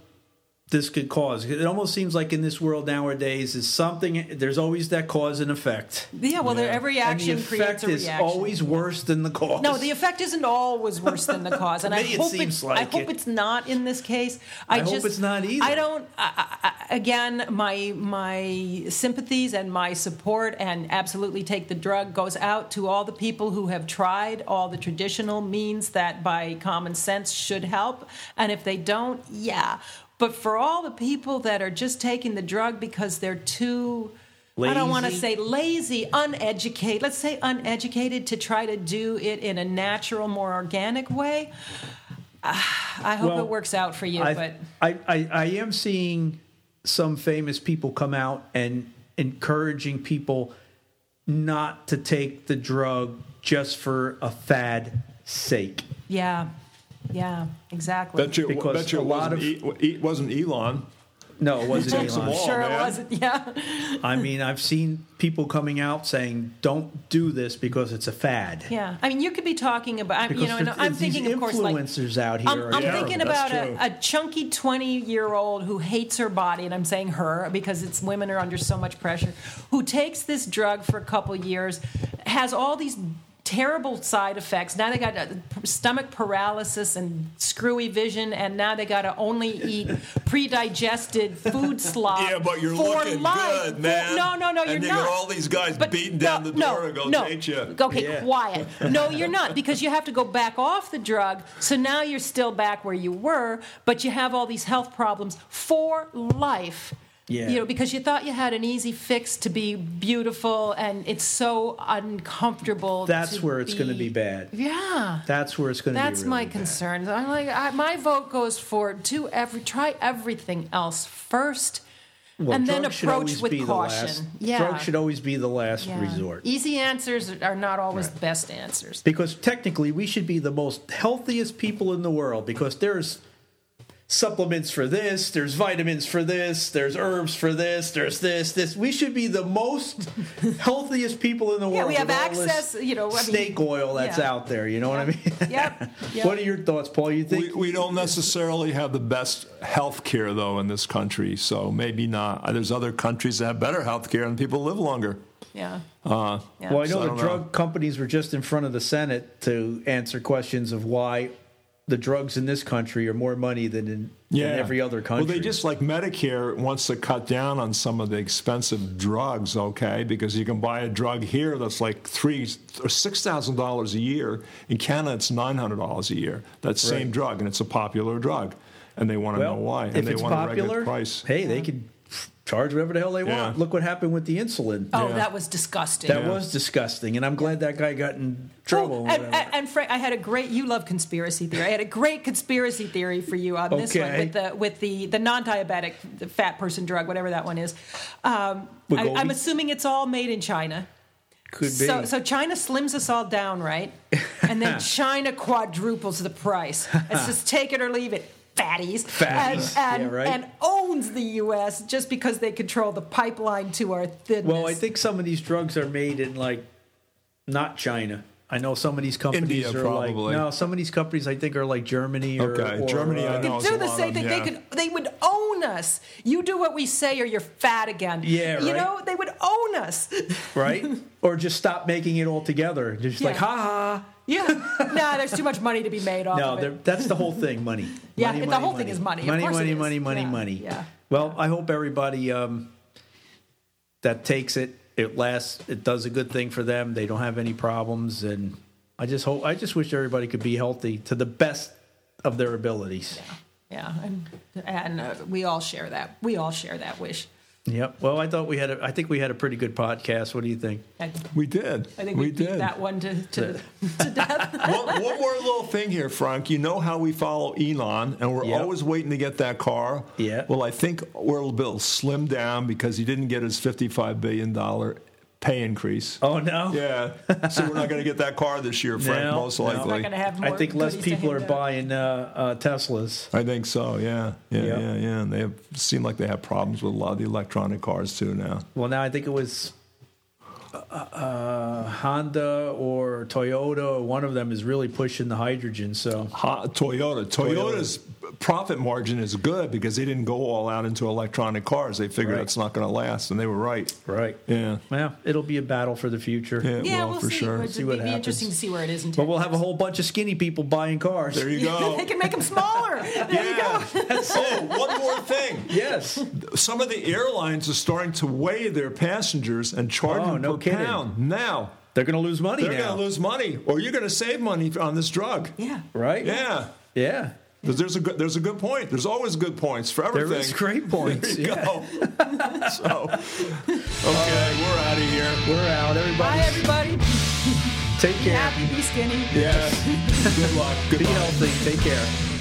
Speaker 1: this could cause. It almost seems like in this world nowadays is something. There's always that cause and effect.
Speaker 3: Yeah, well, there- every action
Speaker 1: and the
Speaker 3: creates
Speaker 1: effect
Speaker 3: a
Speaker 1: is
Speaker 3: reaction.
Speaker 1: always worse than the cause.
Speaker 3: No, the effect isn't always worse than the cause, and I
Speaker 1: me, it
Speaker 3: hope
Speaker 1: seems
Speaker 3: it's, I
Speaker 1: like
Speaker 3: hope
Speaker 1: it.
Speaker 3: it's not in this case. I,
Speaker 1: I hope
Speaker 3: just
Speaker 1: it's not either.
Speaker 3: I don't. I, I, I- again, my my sympathies and my support, and absolutely take the drug goes out to all the people who have tried all the traditional means that, by common sense, should help, and if they don't, yeah. But for all the people that are just taking the drug because they're too. I don't want to
Speaker 1: Lazy.
Speaker 3: say lazy, uneducated, let's say uneducated to try to do it in a natural, more organic way. Ah, I hope
Speaker 1: Well,
Speaker 3: it works out for you, but
Speaker 1: I, I, I, I am seeing some famous people come out and encouraging people not to take the drug just for a fad sake.
Speaker 3: yeah, yeah, exactly.
Speaker 2: Bet you,
Speaker 1: Because
Speaker 2: bet you
Speaker 1: a
Speaker 2: it
Speaker 1: lot
Speaker 2: wasn't, E- wasn't Elon.
Speaker 1: No, it wasn't
Speaker 2: takes 'em
Speaker 1: Elon.
Speaker 2: all.
Speaker 3: sure,
Speaker 2: man.
Speaker 3: it wasn't. Yeah,
Speaker 1: I mean, I've seen people coming out saying, "Don't do this because it's a fad."
Speaker 3: yeah. I mean, you could be talking about. I'm, you
Speaker 1: Because
Speaker 3: know, and
Speaker 1: it's-
Speaker 3: I'm
Speaker 1: it's these
Speaker 3: thinking, of course, like
Speaker 1: influencers out here.
Speaker 3: I'm,
Speaker 1: are
Speaker 3: I'm
Speaker 1: terrible.
Speaker 3: thinking
Speaker 2: That's
Speaker 3: about a,
Speaker 2: true.
Speaker 3: a chunky 20 year old who hates her body, and I'm saying her because it's women are under so much pressure, who takes this drug for a couple years, has all these terrible side effects. Now they got uh, stomach paralysis and screwy vision, and now they got to only eat pre digested food slop.
Speaker 4: Yeah, but you're
Speaker 3: Uh, for
Speaker 4: looking
Speaker 3: life.
Speaker 4: good, man.
Speaker 3: No, no, no,
Speaker 4: And
Speaker 3: you're
Speaker 4: they
Speaker 3: not.
Speaker 4: got all these guys beating
Speaker 3: no,
Speaker 4: down the
Speaker 3: no,
Speaker 4: door to go
Speaker 3: no.
Speaker 4: date you.
Speaker 3: Okay,
Speaker 1: Yeah.
Speaker 3: quiet. No, you're not because you have to go back off the drug. So now you're still back where you were, but you have all these health problems for life.
Speaker 1: Yeah.
Speaker 3: You know, because you thought you had an easy fix to be beautiful, and it's so uncomfortable.
Speaker 1: That's
Speaker 3: to
Speaker 1: where it's going to be bad.
Speaker 3: Yeah.
Speaker 1: That's where it's going to be.
Speaker 3: That's
Speaker 1: really
Speaker 3: my
Speaker 1: bad.
Speaker 3: concern. I'm like, I, my vote goes for do every try everything else first,
Speaker 1: Well,
Speaker 3: and then
Speaker 1: drugs should
Speaker 3: approach
Speaker 1: always
Speaker 3: with
Speaker 1: be the
Speaker 3: caution.
Speaker 1: last-
Speaker 3: yeah,
Speaker 1: Drugs should always be the last
Speaker 3: Yeah.
Speaker 1: resort.
Speaker 3: Easy answers are not always
Speaker 1: Right.
Speaker 3: the best answers.
Speaker 1: Because technically, we should be the most healthiest people in the world because there's supplements for this, there's vitamins for this, there's herbs for this, there's this, this. We should be the most healthiest people in the
Speaker 3: Yeah,
Speaker 1: world.
Speaker 3: we have
Speaker 1: with all this
Speaker 3: access, you know, I mean-
Speaker 1: snake oil that's
Speaker 3: Yeah.
Speaker 1: out there. You know what I mean?
Speaker 3: Yep. yep.
Speaker 1: What are your thoughts, Paul? You think
Speaker 2: We, we don't necessarily have the best health care, though, in this country. So maybe not. There's other countries that have better health care and people live longer.
Speaker 3: yeah.
Speaker 1: Oh,
Speaker 2: Uh,
Speaker 3: yeah.
Speaker 1: Well, I know
Speaker 2: So I
Speaker 1: the
Speaker 2: don't
Speaker 1: drug
Speaker 2: know.
Speaker 1: companies were just in front of the Senate to answer questions of why the drugs in this country are more money than in, in every other country.
Speaker 2: Well, they just like Medicare wants to cut down on some of the expensive drugs, okay? Because you can buy a drug here that's like three or six thousand dollars a year. In Canada, it's nine hundred dollars a year. That same
Speaker 1: Right.
Speaker 2: drug, and it's a popular drug, and they want to
Speaker 1: well,
Speaker 2: know why, and
Speaker 1: if
Speaker 2: they
Speaker 1: it's
Speaker 2: want to
Speaker 1: popular,
Speaker 2: regulate price.
Speaker 1: hey, they could charge whatever the hell they
Speaker 2: Yeah.
Speaker 1: want. Look what happened with the insulin.
Speaker 3: oh,
Speaker 2: yeah.
Speaker 3: that was disgusting.
Speaker 1: that was disgusting, and I'm glad that guy got in trouble.
Speaker 3: Oh,
Speaker 1: or
Speaker 3: and,
Speaker 1: whatever.
Speaker 3: and, and Frank, I had a great. You love conspiracy theory. I had a great conspiracy theory for you on this one
Speaker 1: Okay.
Speaker 3: with the with the the non-diabetic the fat person drug, whatever that one is. Um, I,
Speaker 1: Wegovy?
Speaker 3: I'm assuming it's all made in China.
Speaker 1: Could be.
Speaker 3: So, so China slims us all down, right? And then China quadruples the price. It's just take it or leave it, fatties.
Speaker 1: Fatties.
Speaker 3: And, and,
Speaker 1: Yeah, right.
Speaker 3: and owns the U.S. just because they control the pipeline to our thinness.
Speaker 1: well, I think some of these drugs are made in like not China. I know some of these companies
Speaker 2: India,
Speaker 1: are
Speaker 2: probably.
Speaker 1: like no. Some of these companies I think are like Germany or,
Speaker 2: Okay,
Speaker 1: or,
Speaker 2: Germany, I
Speaker 1: uh,
Speaker 2: know.
Speaker 3: could
Speaker 2: it's
Speaker 3: do
Speaker 2: a
Speaker 3: the
Speaker 2: lot
Speaker 3: same
Speaker 2: of-
Speaker 3: thing. They
Speaker 2: yeah.
Speaker 3: could. They would own us. You do what we say, or you're fat again.
Speaker 1: Yeah,
Speaker 3: You
Speaker 1: right.
Speaker 3: know, they would own us.
Speaker 1: right? or just stop making it altogether. Just like,
Speaker 3: Yeah.
Speaker 1: ha ha.
Speaker 3: Yeah. nah, there's too much money to be made off
Speaker 1: No,
Speaker 3: of
Speaker 1: they're-
Speaker 3: it.
Speaker 1: that's the whole thing money.
Speaker 3: Yeah,
Speaker 1: money,
Speaker 3: it- the
Speaker 1: money,
Speaker 3: whole thing is money. Of
Speaker 1: Money,
Speaker 3: course it
Speaker 1: money,
Speaker 3: is.
Speaker 1: money, money,
Speaker 3: Yeah,
Speaker 1: money.
Speaker 3: yeah.
Speaker 1: Well, I hope everybody um, that takes it, it lasts, it does a good thing for them. They don't have any problems. And I just hope, I just wish everybody could be healthy to the best of their abilities.
Speaker 3: Yeah, and, and uh, we all share that. We all share that wish.
Speaker 1: Yep. Well, I thought we had, a, I think we had a pretty good podcast. What do you think?
Speaker 3: And
Speaker 2: we did.
Speaker 3: I think we, beat
Speaker 2: did.
Speaker 3: that one to to, to death.
Speaker 2: one, one more little thing here, Frank. You know how we follow Elon, and we're
Speaker 1: Yep.
Speaker 2: always waiting to get that car.
Speaker 1: Yeah.
Speaker 2: Well, I think Oral Bill slimmed down because he didn't get his fifty-five billion dollar pay increase.
Speaker 1: Oh, no.
Speaker 2: Yeah. So we're not going to get that car this year, Frank.
Speaker 1: No,
Speaker 2: most
Speaker 1: no.
Speaker 3: We're not
Speaker 2: likely.
Speaker 3: going to have.
Speaker 1: I
Speaker 3: More
Speaker 1: think less
Speaker 3: goodies to
Speaker 1: people are
Speaker 3: hand out.
Speaker 1: buying uh, uh, Teslas.
Speaker 2: I think so. Yeah. Yeah.
Speaker 1: Yeah.
Speaker 2: Yeah. Yeah. And they have, seem like they have problems with a lot of the electronic cars too now.
Speaker 1: Well, now I think it was uh, uh, Honda or Toyota. One of them is really pushing the hydrogen. So
Speaker 2: Ha, Toyota. Toyota's profit margin is good because they didn't go all out into electronic cars. They figured
Speaker 1: Right.
Speaker 2: it's not going to last, and they were right.
Speaker 1: Right.
Speaker 2: Yeah.
Speaker 1: Well, it'll be a battle for the future.
Speaker 2: Yeah, it
Speaker 3: yeah,
Speaker 2: will
Speaker 3: we'll
Speaker 2: for
Speaker 3: see.
Speaker 2: sure.
Speaker 3: It'd
Speaker 1: See what
Speaker 3: be
Speaker 1: happens.
Speaker 3: interesting to see where it is in 10
Speaker 1: But we'll have a whole bunch of skinny people buying cars.
Speaker 2: There you go.
Speaker 3: they can make them smaller. There you go.
Speaker 2: yeah. oh, one more thing.
Speaker 1: yes.
Speaker 2: Some of the airlines are starting to weigh their passengers and charge
Speaker 1: Oh,
Speaker 2: them
Speaker 1: no
Speaker 2: per
Speaker 1: kidding.
Speaker 2: pound now.
Speaker 1: They're going to lose money
Speaker 2: They're
Speaker 1: now.
Speaker 2: going to lose money, or you're going to save money on this drug.
Speaker 3: Yeah.
Speaker 1: right?
Speaker 2: Yeah.
Speaker 1: Yeah.
Speaker 2: There's- There's a good, there's a good point. There's always good points for everything.
Speaker 1: There is great points.
Speaker 2: There you
Speaker 1: Yeah.
Speaker 2: go. so, okay, we're out of here.
Speaker 1: We're out. Everybody,
Speaker 3: Bye, everybody.
Speaker 1: take care.
Speaker 3: Happy, be skinny.
Speaker 2: Yes. good luck. Good
Speaker 1: Be
Speaker 2: luck.
Speaker 1: healthy. Take care.